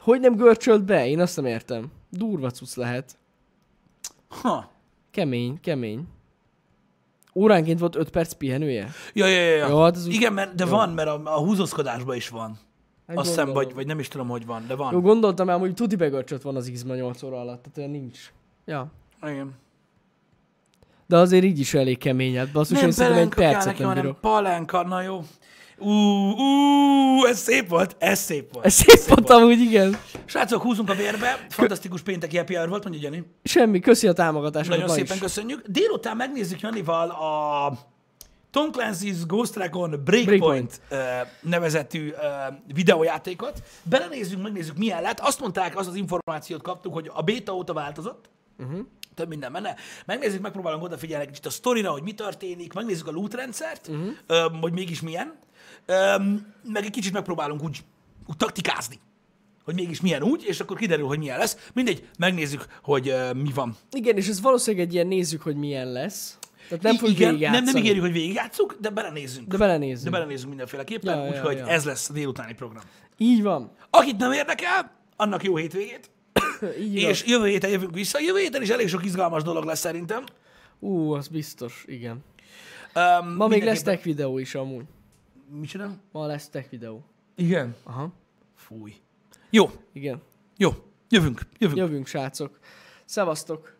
Speaker 2: Hogy nem görcsölt be? Én azt nem értem. Durva cucc lehet.
Speaker 1: Ha.
Speaker 2: Kemény, kemény. Óránként volt 5 perc pihenője?
Speaker 1: Ja, ja, ja. ja.
Speaker 2: Jó, hát ez úgy-
Speaker 1: Igen, mert, de van, mert a, a húzózkodásban is van. Azt hiszem, vagy, vagy nem is tudom, hogy van, de van.
Speaker 2: Hát Jó, gondoltam ám, hogy tuti begörcsöt van az izma 8 óra alatt, tehát olyan nincs. Ja.
Speaker 1: Igen.
Speaker 2: De azért így is elég kemény, hát basszus, én szerintem egy
Speaker 1: pelenka kell
Speaker 2: percet
Speaker 1: neki,
Speaker 2: nem
Speaker 1: hanem
Speaker 2: bírok.
Speaker 1: Palánka, na jó. Ú, ú, ez szép volt, ez szép volt.
Speaker 2: Ez szép volt amúgy, igen.
Speaker 1: Srácok, húzunk a vérbe. Fantasztikus pénteki happy hour volt, mondja Jani.
Speaker 2: Semmi, köszi a támogatásokat.
Speaker 1: Nagyon
Speaker 2: ma
Speaker 1: szépen
Speaker 2: is.
Speaker 1: köszönjük. Délután megnézzük Janival a Tom Clancy's Ghost Recon
Speaker 2: Breakpoint.
Speaker 1: Breakpoint, Breakpoint. nevezetű ö, videójátékot. Belenézzünk, megnézzük, milyen lett. Azt mondták, azt az információt kaptuk, hogy a béta óta változott.
Speaker 2: Mhm.
Speaker 1: Több minden menne. Megnézzük, megpróbálunk odafigyelni egy kicsit a sztorira, hogy mi történik, megnézzük a loot rendszert,
Speaker 2: Mhm.
Speaker 1: uh-huh. hogy mégis milyen. Öm, meg egy kicsit megpróbálunk úgy, úgy taktikázni, hogy mégis milyen úgy, és akkor kiderül, hogy milyen lesz. Mindegy, megnézzük, hogy ö, mi van.
Speaker 2: Igen, és ez valószínűleg egy ilyen nézzük, hogy milyen lesz. Tehát nem
Speaker 1: I-
Speaker 2: fogjuk
Speaker 1: igen, nem, nem
Speaker 2: végigjátszani.
Speaker 1: ígérjük, hogy végigjátszunk, de belenézünk.
Speaker 2: De
Speaker 1: De,
Speaker 2: belenézzünk.
Speaker 1: de belenézünk mindenféleképpen,
Speaker 2: Ja, ja,
Speaker 1: úgyhogy
Speaker 2: ja.
Speaker 1: ez lesz a délutáni program.
Speaker 2: Így van.
Speaker 1: Akit nem érdekel, annak jó hétvégét.
Speaker 2: Így
Speaker 1: Igen.
Speaker 2: van.
Speaker 1: És jövő héten jövünk vissza. Jövő héten is elég sok izgalmas dolog lesz szerintem.
Speaker 2: Ú, az biztos, igen.
Speaker 1: Um,
Speaker 2: Ma még lesz tech videó is amúgy.
Speaker 1: Micsoda?
Speaker 2: Ma lesz tech videó.
Speaker 1: Igen.
Speaker 2: Aha.
Speaker 1: Fúj. Jó,
Speaker 2: Igen.
Speaker 1: jó. Jövünk, jövünk.
Speaker 2: Jövünk, srácok. Szevasztok.